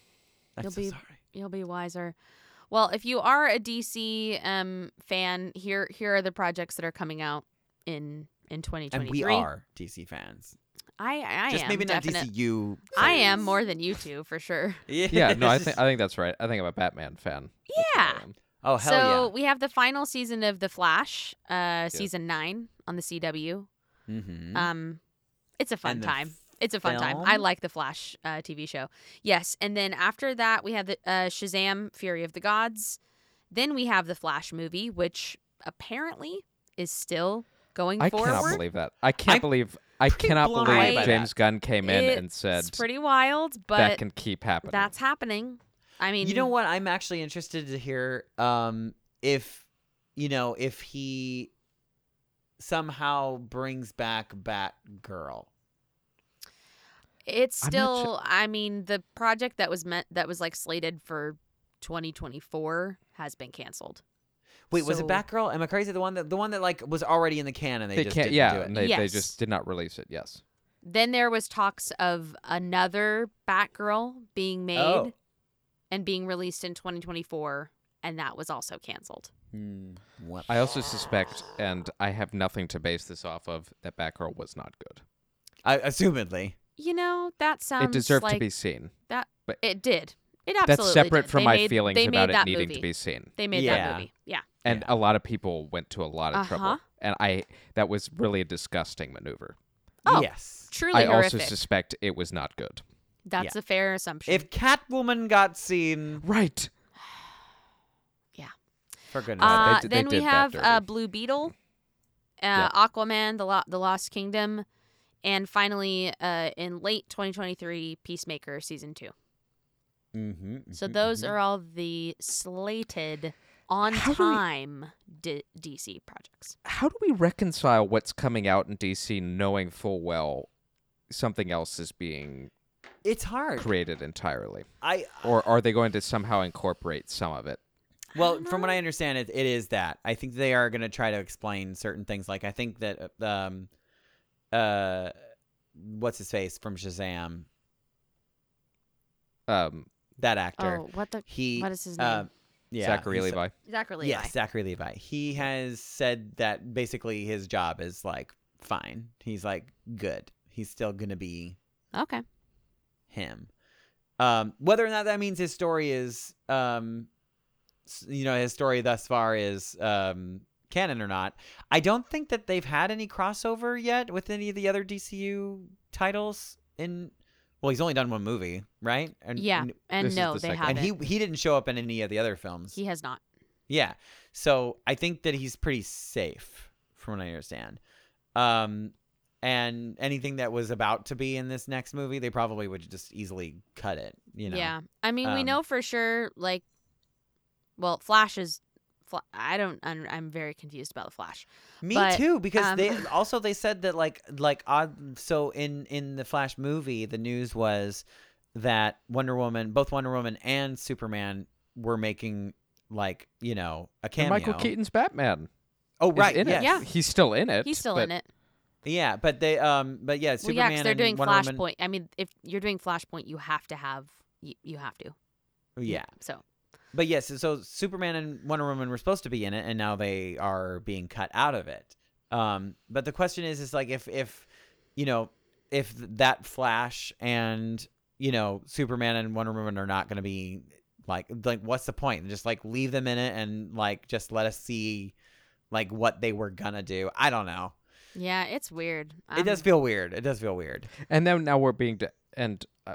S3: I'm
S2: You'll
S3: so
S2: be-
S3: sorry.
S2: You'll be wiser. Well, if you are a DC um fan, here here are the projects that are coming out in in 2023.
S3: And we are DC fans,
S2: I I
S3: just
S2: am
S3: maybe not
S2: definite-
S3: DCU.
S2: I
S3: [LAUGHS]
S2: am
S3: fans.
S2: more than you two for
S3: [LAUGHS]
S2: sure.
S1: Yeah, no, I think I think that's right. I think I'm a Batman fan. That's what I
S2: Yeah.
S1: am.
S3: Oh hell
S2: so we have the final season of The Flash, uh, season nine on the CW.
S3: yeah. Mm-hmm.
S2: Um, it's a fun
S3: And the
S2: time. It's a fun time. I
S3: film?
S2: like the Flash uh, TV show. Yes, and then after that we have the uh, Shazam: Fury of the Gods. Then we have the Flash movie, which apparently is still going
S1: I
S2: forward.
S1: cannot believe that. I can't
S3: I'm
S1: believe. I
S3: pretty
S1: cannot
S3: blown
S2: away
S1: believe
S2: by
S1: James Gunn came in and
S2: It's
S1: said
S2: pretty wild,
S1: that
S2: but
S1: can keep happening.
S2: that's happening. I mean,
S3: you know what i'm actually interested to hear um if you know if he somehow brings back batgirl
S2: It's
S1: I'm not su-
S2: still, I mean, the project that was meant that was like slated for 2024 has been canceled.
S3: wait was it
S2: So-
S3: batgirl am i crazy the one that the one that like was already in the can and they,
S1: they
S3: just
S1: can't.
S3: didn't
S1: Yeah,
S3: do it
S1: and they, they
S2: Yes.
S1: just did not release it. Yes.
S2: Then there was talks of another Batgirl being made
S3: Oh.
S2: and being released in 2024, and that was also canceled.
S3: Hmm, what-
S1: I also
S2: [SIGHS]
S1: suspect, and I have nothing to base this off of, that Batgirl was not good.
S3: I, assumedly
S2: You know, that sounds
S1: it deserved
S2: like
S1: to be seen.
S2: that.
S1: but-
S2: it did. It absolutely
S1: That's separate
S2: did.
S1: from
S2: They
S1: my
S2: made-
S1: feelings
S2: they
S1: about
S2: made
S1: it
S2: that
S1: needing
S2: movie.
S1: to be seen.
S2: They made
S3: Yeah.
S2: that movie. Yeah.
S1: And
S3: Yeah.
S1: a lot of people went to a lot of
S2: Uh-huh.
S1: trouble, and I that was really a disgusting maneuver.
S2: Oh.
S3: yes
S2: Truly
S1: I
S2: horrific.
S1: also suspect it was not good.
S2: That's
S3: Yeah.
S2: a fair assumption.
S3: if catwoman got seen
S1: Right.
S3: for goodness
S1: Uh,
S2: Uh,
S1: they did- they
S2: then we
S1: did that
S2: have uh,
S1: dirty. Mm.
S2: Blue Beetle, uh,
S1: Yeah.
S2: Aquaman, the Lo- the Lost Kingdom, and finally uh, in late 2023, Peacemaker season two.
S3: mm-hmm,
S2: So those are all the slated on
S1: How do we-
S2: time D- DC projects.
S1: How do we reconcile what's coming out in DC, knowing full well something else is being
S3: it's hard
S1: created entirely,
S3: i
S1: or are they going to somehow incorporate some of it?
S2: [LAUGHS]
S3: Well, from what I understand, it, it is that. I think they are going to try to explain certain things. Like I think that uh, um, uh, what's his face from Shazam?
S1: Um,
S3: that actor.
S2: Oh, what the?
S3: He
S2: what is his
S3: uh,
S2: name?
S3: yeah,
S1: Zachary
S3: he's-
S1: Levi.
S2: Zachary Levi.
S3: Yes, Zachary Levi. He has said that basically his job is like fine. He's like good. He's still gonna be
S2: Okay.
S3: him. Um, whether or not that means his story is, um, s- you know, his story thus far is um, canon or not, I don't think that they've had any crossover yet with any of the other DCU titles. In well, he's only done one movie, right? And,
S2: yeah.
S3: and,
S1: this
S2: And
S1: is
S2: no,
S1: the
S2: they
S1: second-
S2: haven't.
S3: and he he didn't show up in any of the other films.
S2: he has not.
S3: Yeah. So I think that he's pretty safe, from what I understand. Um, and anything that was about to be in this next movie, they probably would just easily cut it. You know.
S2: yeah. I mean, we
S3: um,
S2: know for sure. Like, well, Flash is. Fla- I don't. I'm, I'm very confused about the Flash.
S3: Me
S2: But,
S3: too, because
S2: um, [LAUGHS]
S3: they also they said that like like odd. So in in the Flash movie, the news was that Wonder Woman, both Wonder Woman and Superman, were making like you know a
S1: And
S3: cameo.
S1: Michael Keaton's Batman.
S3: Oh
S1: is
S3: right,
S1: in
S3: yes.
S1: it.
S2: Yeah.
S1: He's still in it.
S2: He's still in
S1: but
S2: it.
S3: yeah, but they um, but yeah, Superman
S2: well, yeah, 'cause they're
S3: and
S2: doing
S3: Wonder
S2: Flashpoint.
S3: Woman.
S2: I mean, if you're doing Flashpoint, you have to have. You, you have to.
S3: Yeah,
S2: So
S3: But yes, so Superman and Wonder Woman were supposed to be in it, and now they are being cut out of it. Um, but the question is, is like if if you know if that Flash and you know Superman and Wonder Woman are not going to be like like what's the point? Just like leave them in it and like just let us see like what they were gonna do. I don't know.
S2: yeah, it's weird. Um,
S3: it does feel weird. It does feel weird.
S1: And then now we're being de- and uh,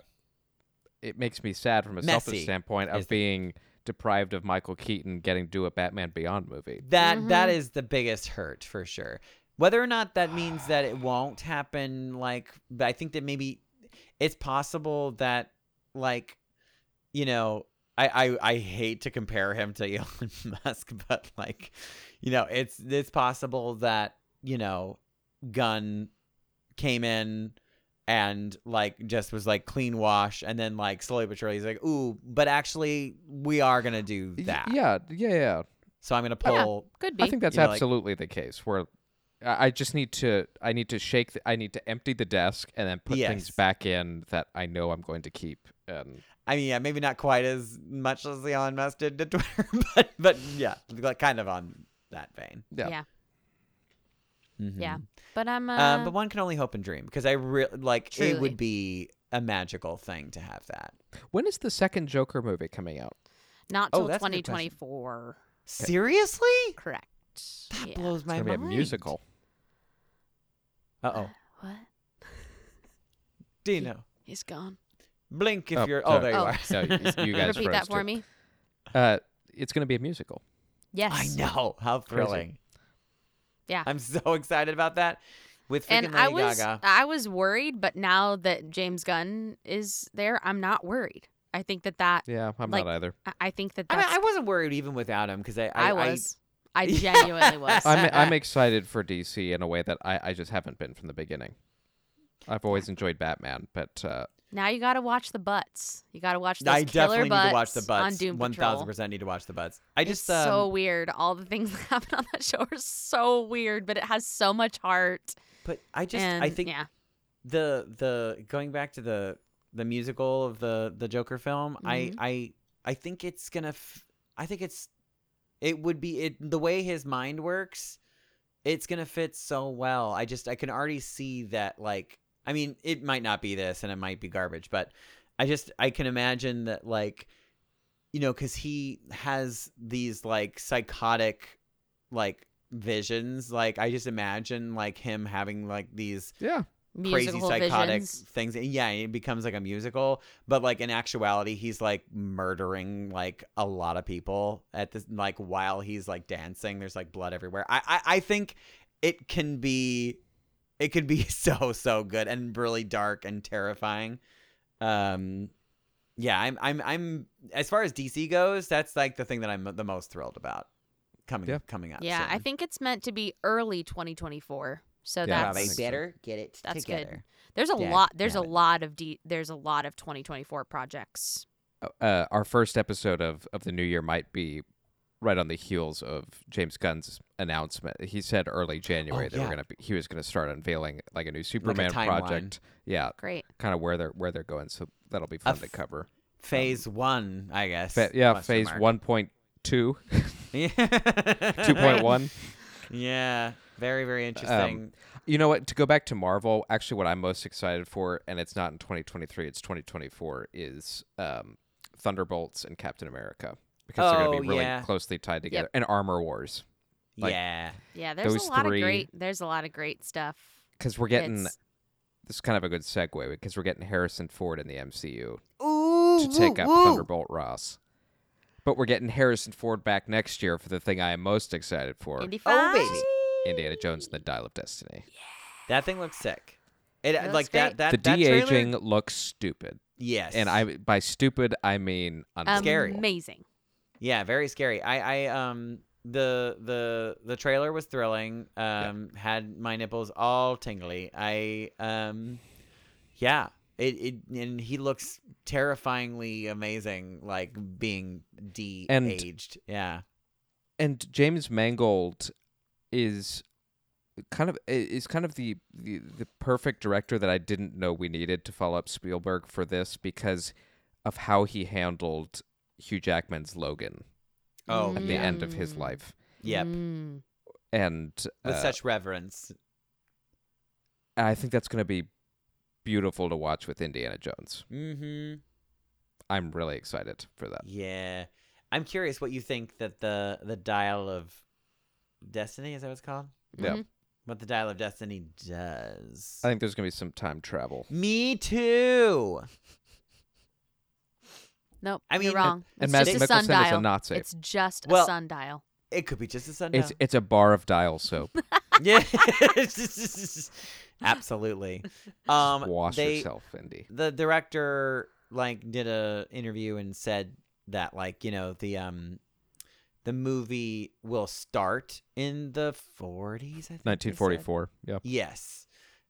S1: it makes me sad from a selfish
S3: Messy
S1: standpoint
S3: is
S1: of
S3: the-
S1: being deprived of Michael Keaton getting to do a Batman Beyond movie.
S3: That that
S1: Mm-hmm.
S2: Mhm.
S3: is the biggest hurt for sure. Whether or not that means that it won't happen, like, but I think that maybe it's possible that, like, you know, I I, I hate to compare him to [LAUGHS] Elon Musk, but like, you know, it's it's possible that you know, Gunn came in and like just was like clean wash, and then like slowly but surely he's like, ooh, but actually we are gonna do
S1: Y-
S3: that.
S1: Yeah, yeah, yeah.
S3: So I'm gonna
S2: Yeah.
S3: pull.
S2: Could be.
S1: I think that's
S3: You know, like-
S1: absolutely the case. Where I I just need to, I need to shake, the, I need to empty the desk and then put
S3: Yes.
S1: things back in that I know I'm going to keep. And
S3: I mean, yeah, maybe not quite as much as Elon Musk did to [LAUGHS] Twitter, but but yeah, like kind of on that vein.
S1: yeah,
S2: Yeah.
S1: Mm-hmm.
S2: Yeah. But I'm. Uh,
S3: Um, but one can only hope and dream because I re- like it
S2: Truly.
S3: would be a magical thing to have that.
S1: when is the second Joker movie coming out?
S2: not
S3: oh,
S2: till
S3: that's a good question.
S2: 2024.
S3: Seriously,
S2: Correct.
S3: that
S2: Yeah.
S3: blows
S1: It's
S3: my
S1: gonna
S3: mind.
S1: be a musical.
S3: Uh oh,
S2: What?
S3: Dino,
S2: He's gone.
S3: blink if
S1: Oh,
S3: you're. Oh,
S1: sorry.
S3: there you
S2: Oh.
S3: are.
S1: No, you,
S2: [LAUGHS]
S1: you guys
S2: Repeat
S1: froze
S2: that for
S1: too.
S2: me.
S1: Uh, it's gonna be a musical.
S2: Yes.
S3: I know how
S1: Crazy.
S3: thrilling.
S2: Yeah.
S3: I'm so [LAUGHS] excited about that. With
S2: and
S3: freaking Lady
S2: I was
S3: Gaga,
S2: I was worried, but now that James Gunn is there, I'm not worried. I think that that
S1: Yeah, I'm
S2: Like,
S1: not either.
S2: I- I think that
S3: I
S2: that's
S3: mean, I wasn't worried even without him because I,
S2: I,
S3: I
S2: was.
S3: [LAUGHS]
S2: I, genuinely was.
S1: I'm I'm excited for DC in a way that I, I just haven't been from the beginning. I've always enjoyed Batman, but uh,
S2: now you got to watch the butts. You got to watch those
S3: I
S2: killer
S3: definitely
S2: butts,
S3: need to watch the butts.
S2: on Doom
S3: One
S2: Patrol.
S3: thousand percent need to watch the butts. I just
S2: it's so
S3: um,
S2: weird. All the things [LAUGHS] that happen on that show are so weird, but it has so much heart.
S3: but I just
S2: and
S3: I think
S2: yeah,
S3: the the going back to the the musical of the the Joker film. I
S2: Mhm.
S3: I I think it's gonna. F- I think it's it would be it the way his mind works. It's gonna fit so well. I just I can already see that. Like I mean, it might not be this, and it might be garbage, but I just I can imagine that like you know because he has these like psychotic like visions like i just imagine like him having like these
S1: yeah,
S2: musical
S3: crazy psychotic
S2: visions.
S3: things yeah it becomes like a musical but like in actuality he's like murdering like a lot of people at this like while he's like dancing there's like blood everywhere i i, I think it can be it could be [LAUGHS] so so good and really dark and terrifying um yeah i'm i'm i'm as far as dc goes that's like the thing that i'm the most thrilled about coming
S1: Yeah.
S3: coming up
S2: Yeah, I
S3: soon.
S2: think it's meant to be early 2024. So
S1: Yeah,
S2: that's
S1: they better
S3: get it
S2: that's good. there's a
S3: Dad
S2: lot there's a
S3: damn it.
S2: lot of de- there's a lot of 2024 projects.
S1: uh, our first episode of, of the new year might be right on the heels of James Gunn's announcement. He said early January that
S3: Oh, yeah.
S1: we're gonna be, he was gonna start unveiling like a new Superman
S3: timeline.
S1: project. Yeah,
S2: Great.
S1: kind of where they're where they're going. So that'll be fun to
S3: f-
S1: cover.
S3: phase one, I guess.
S1: Fa- yeah, phase
S3: question mark. [LAUGHS]
S1: 1.2, 2.1.
S3: Yeah, very very interesting.
S1: You know what? To go back to Marvel, actually, what I'm most excited for, and it's not in 2023, it's 2024, is um, Thunderbolts and Captain America because they're going to be
S3: Oh,
S1: really
S3: yeah.
S1: closely tied together, and Armor Wars like-
S3: yeah,
S2: Yeah, there's
S1: Those
S2: a lot
S1: three-
S2: of great there's a lot of great stuff.
S1: because we're getting
S2: It's-
S1: this is kind of a good segue because we're getting Harrison Ford in the MCU
S2: Ooh,
S1: to take up Thunderbolt Ross, but we're getting Harrison Ford back next year for the thing I am most excited for:
S2: Indy
S3: Oh, baby.
S2: Five?
S1: Indiana Jones and the Dial of Destiny.
S3: that thing looks sick. It,
S2: It
S3: like
S2: looks
S3: that
S2: great.
S3: that
S1: the
S3: that
S1: de
S3: trailer-
S1: aging looks stupid,
S3: Yes, Um,
S1: and I by stupid I mean unfair.
S3: Scary.
S2: Amazing.
S3: Yeah, very scary. I, I um the the the trailer was thrilling. Um had my nipples all tingly. I um yeah. It, it and he looks terrifyingly amazing, like being de aged. Yeah.
S1: and James Mangold is kind of i- is kind of the, the the perfect director that I didn't know we needed to follow up Spielberg for this because of how he handled Hugh Jackman's Logan
S3: Oh
S1: at the
S3: yeah.
S1: end of his
S2: Mm.
S1: life
S3: Yep.
S2: Mm.
S1: and
S3: With
S1: uh,
S3: such reverence.
S1: I think that's going to be beautiful to watch with Indiana Jones.
S3: Mm-hmm.
S1: I'm really excited for that.
S3: Yeah. I'm curious what you think that the the dial of destiny, is that what it's called?
S1: Yeah.
S2: Mhm.
S3: What the dial of destiny does.
S1: I think there's going to be some time travel.
S3: Me too.
S2: Nope.
S3: I mean,
S2: you're wrong.
S1: and
S2: It's
S1: Mads
S2: just a
S1: Mikkelsen is a
S2: sundial.
S1: Nazi.
S2: It's just
S3: Well,
S2: a sundial.
S3: It could be just a sundown.
S1: It's it's a bar of dial soap.
S3: yeah, [LAUGHS] absolutely. Um,
S1: Wash
S3: they,
S1: yourself, Indy.
S3: The director like did a interview and said that like you know the um the movie will start in the 40s. I think they said.
S1: 1944. Yeah.
S3: Yes,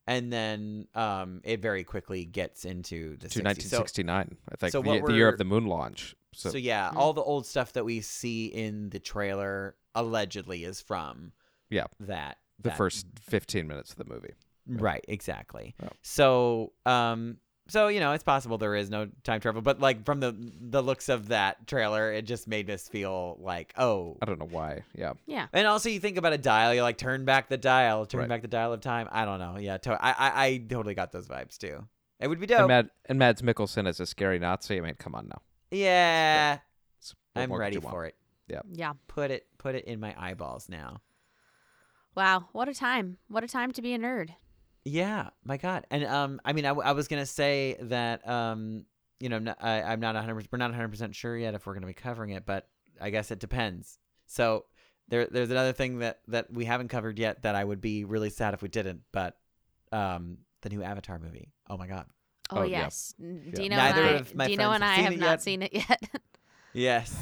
S3: and then um it very quickly gets into the
S1: to
S3: 60s. So-
S1: 1969. I think
S3: so
S1: the,
S3: what
S1: the year
S3: we're-
S1: of the moon launch. So, hmm.
S3: So, yeah,
S2: Mm.
S3: all the old stuff that we see in the trailer allegedly is from
S1: Yeah.
S3: that
S1: the
S3: that
S1: first 15 minutes of the movie.
S3: Right, exactly.
S1: Yeah.
S3: So, um, so you know, it's possible there is no time travel, but like from the the looks of that trailer, it just made us feel like, oh.
S1: I don't know why. Yeah,
S2: Yeah.
S3: And also, you think about a dial, you're like, turn back the dial, turn
S1: Right.
S3: back the dial of time. I don't know. Yeah, to- I, I I totally got those vibes too. It would be dope.
S1: and Mad and Mads Mikkelsen as a scary Nazi. I mean, come on now.
S3: yeah,
S1: It's- what
S3: I'm
S1: more could
S3: ready
S1: you want?
S3: for it.
S2: Yeah.
S3: Put it put it in my eyeballs now.
S2: Wow. What a time. What a time to be a nerd.
S3: Yeah, my God. And um, I mean, I, w- I was gonna say that um, you know, I'm not, I, I'm not 100. We're not 100 percent sure yet if we're gonna be covering it, but I guess it depends. So there, there's another thing that that we haven't covered yet that I would be really sad if we didn't. But um, the new Avatar movie. Oh my God.
S2: Oh,
S1: Oh, yeah.
S2: yes. N- Dino
S3: Neither
S2: and I,
S3: of my
S2: Dino and
S3: friends have
S2: I
S3: seen
S2: have
S3: it
S2: not
S3: yet.
S2: seen it yet. [LAUGHS]
S3: Yes.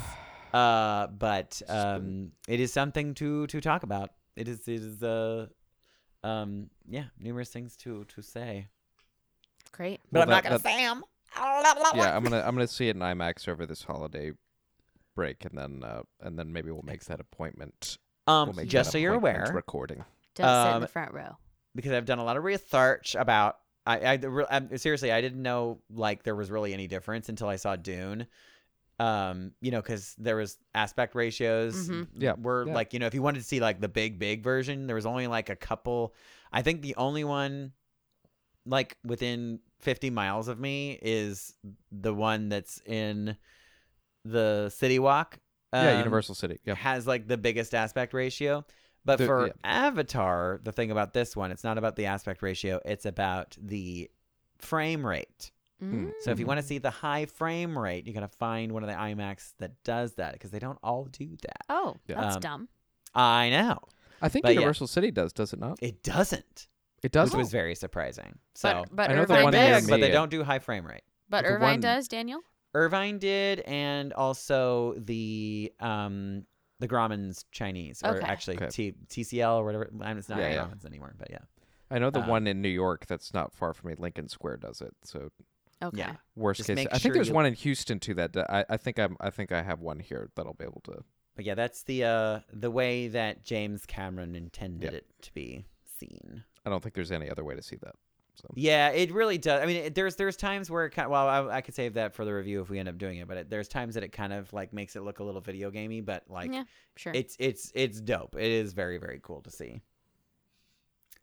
S3: Uh, but um, it is something to to talk about. It is it is uh, um, yeah, numerous things to to say.
S2: Great.
S1: Well, that- that-
S3: say [LAUGHS] them.
S1: Yeah, I'm gonna I'm gonna see it in IMAX over this holiday break, and then uh, and then maybe we'll make that appointment.
S3: Um,
S1: We'll make
S3: just
S1: that
S3: so you're
S1: appointment
S3: aware,
S1: recording.
S2: Don't sit in
S3: Um,
S2: the front row.
S3: because I've done a lot of research about. I, I the re- I'm, seriously, I didn't know like there was really any difference until I saw Dune. Um, you know, because there was aspect ratios.
S2: Mhm.
S1: Yeah,
S3: were
S1: yeah.
S3: like you know if you wanted to see like the big big version, there was only like a couple. I think the only one, like within fifty miles of me, is the one that's in the City Walk.
S1: yeah,
S3: um,
S1: Universal City. Yeah,
S3: has like the biggest aspect ratio. But
S1: The-
S3: for
S1: yeah.
S3: Avatar, the thing about this one, it's not about the aspect ratio, it's about the frame rate.
S1: Mm.
S3: So if you want to see the high frame rate, you got to find one of the IMAX that does that because they don't all do that.
S2: Oh,
S1: Yeah.
S2: that's
S3: Um,
S2: dumb.
S3: I know.
S1: I think
S3: but yeah.
S1: Universal City does, does it not?
S3: It doesn't.
S1: It does.
S3: Which was very surprising. So
S2: But, but
S1: I know the
S2: Irvine
S1: one near
S3: they're
S2: does.
S3: big, but they
S1: me-
S3: don't do high frame rate.
S2: But
S1: the
S2: Irvine
S1: one-
S2: does, Daniel.
S3: Irvine did and also the um the Grauman's Chinese or
S2: Okay.
S3: actually
S1: Okay.
S3: T- TCL or whatever. I mean, it's not
S1: Yeah, yeah.
S3: Grauman's anymore, but yeah.
S1: I know the
S3: uh,
S1: one in New York that's not far from me, Lincoln Square, does it. So
S2: Okay.
S3: Yeah.
S1: worst
S3: Just
S1: case,
S3: make
S1: I
S3: sure
S1: think there's
S3: you-
S1: one in Houston too. That uh, I, I think I'm I think I have one here that'll be able to
S3: But yeah, that's the uh the way that James Cameron intended
S1: Yeah.
S3: it to be seen.
S1: I don't think there's any other way to see that. So
S3: Yeah, it really does. I mean, it, there's there's times where it kind well, I, I could save that for the review if we end up doing it, but it, there's times that it kind of like makes it look a little video gamey, but like
S2: yeah, sure.
S3: it's it's it's dope. It is very very cool to see.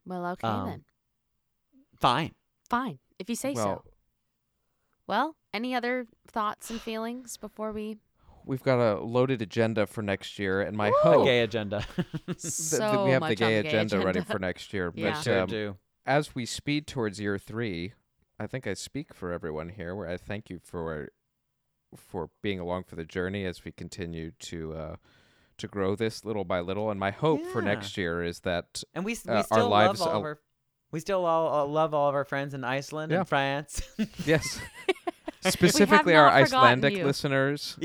S2: well, okay
S3: um,
S2: then.
S3: Fine.
S2: Fine, if you say so.
S1: well,
S2: Well, any other thoughts and feelings before [LAUGHS] we?
S1: we've got a loaded agenda for next year, and my hope
S3: Gay agenda. [LAUGHS]
S1: th-
S2: so
S1: th- we have
S2: much
S1: the gay,
S2: on the gay
S1: agenda, ready
S2: agenda.
S1: for next year.
S2: Yeah.
S1: But
S3: sure
S1: um,
S3: do.
S1: as we speed towards year three, I think I speak for everyone here. Where I thank you for for being along for the journey as we continue to uh, to grow this little by little. And my hope for
S3: Yeah.
S1: next year is that
S3: And we, s- we
S1: uh, our
S3: still
S1: lives
S3: love all
S1: al-
S3: of our we still all, all love all of our friends in Iceland
S1: Yeah.
S3: and France. [LAUGHS]
S2: [LAUGHS]
S1: yes, specifically our
S2: not forgotten
S1: Icelandic
S2: you.
S1: listeners,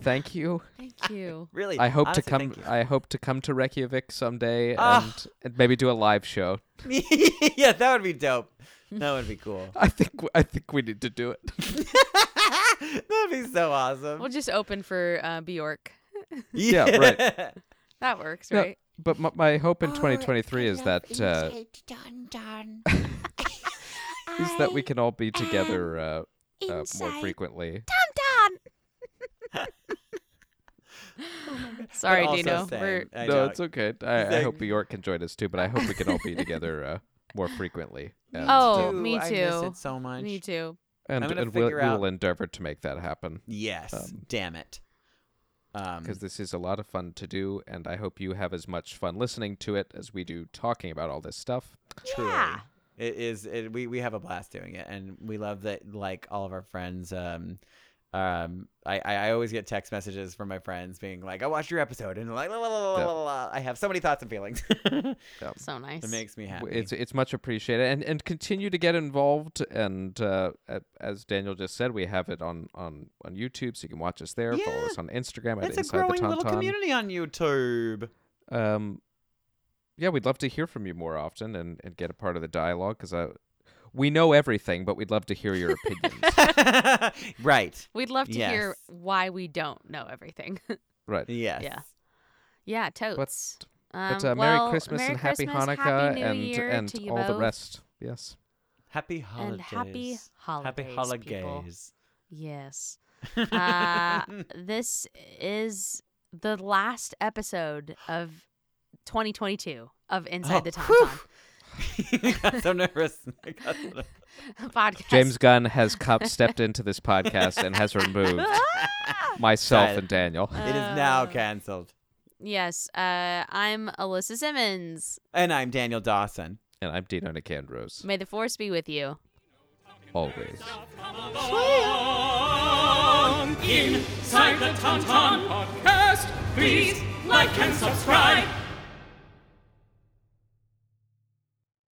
S1: thank you.
S2: [LAUGHS] Thank you.
S3: really,
S1: I hope
S3: honestly,
S1: to come.
S3: thank you.
S1: I hope to come to Reykjavik someday
S3: Ah.
S1: and, and maybe do a live show.
S3: [LAUGHS] yeah, that would be dope. That would be cool.
S1: I think I think we need to do it.
S3: That'd be so
S2: [LAUGHS]
S3: awesome. [LAUGHS]
S2: We'll just open for uh, Bjork.
S1: yeah, right.
S2: That works,
S1: No,
S2: [LAUGHS] right?
S1: but my, my hope in 2023 is that uh, [LAUGHS] is that we can all be together uh, uh, more frequently.
S2: Sorry,
S3: also
S2: Dino.
S3: same.
S2: We're
S3: I
S1: no,
S3: know.
S1: it's okay. I, I
S3: Zach-
S1: hope York can join us too, but I hope we can all
S2: [LAUGHS]
S1: be together uh, more frequently. And, uh,
S2: Oh,
S3: Ooh,
S2: me
S3: I miss
S2: too.
S3: it so much.
S2: me too.
S1: and,
S3: gonna
S1: and we'll,
S3: figure
S1: we
S3: out-
S1: will endeavor to make that happen
S3: Yes.
S1: Um,
S3: damn it. Um,
S1: because this is a lot of fun to do, and I hope you have as much fun listening to it as we do talking about all this stuff.
S3: truly. It is. It, we we have a blast doing it, and we love that. Like all of our friends, um, um, I I I always get text messages from my friends being like, "I watched your episode," and like, la, la, la, la,
S1: Yeah.
S3: la, la. I have so many thoughts and feelings. [LAUGHS] it
S2: So nice.
S3: makes me happy.
S1: W- It's it's much appreciated, and and continue to get involved. And uh, a- as Daniel just said, we have it on on on YouTube, so you can watch us there. Follow
S3: Yeah.
S1: us on Instagram at
S3: It's a
S1: Inside the
S3: growing little
S1: Tauntaun.
S3: community on YouTube.
S1: Um, yeah, we'd love to hear from you more often and and get a part of the dialogue because I. We know everything, but we'd love to hear your opinions.
S3: [LAUGHS] right.
S2: We'd love to hear
S3: Yes.
S2: why we don't know everything. [LAUGHS]
S1: right.
S3: Yes.
S2: Yeah. yeah, totes. um,
S1: But uh,
S2: well,
S1: Merry Christmas
S2: Merry
S1: and Happy
S2: Christmas,
S1: Hanukkah
S2: Happy New
S1: and
S2: Year
S1: and
S2: to you
S1: all the
S2: both.
S1: rest. Yes.
S3: Happy holidays.
S2: And happy
S3: Happy
S2: holidays, people.
S3: holidays.
S2: Yes. Uh, this is the last episode of 2022 of Inside
S3: Oh,
S2: the
S3: whew.
S2: Tauntaun
S3: [LAUGHS] I got so nervous. I got so nervous.
S2: [LAUGHS] podcast.
S1: James Gunn
S2: [LAUGHS]
S1: has cup stepped into this podcast and has removed myself
S3: Sorry.
S1: and Daniel.
S3: It is now
S2: Uh,
S3: canceled.
S2: Yes, uh, I'm Alyssa Simmons.
S3: And I'm Daniel Dawson.
S1: And I'm Dino Nicandros.
S2: May the force be with you.
S1: Always.
S7: Inside the Tauntaun Podcast, please like and subscribe.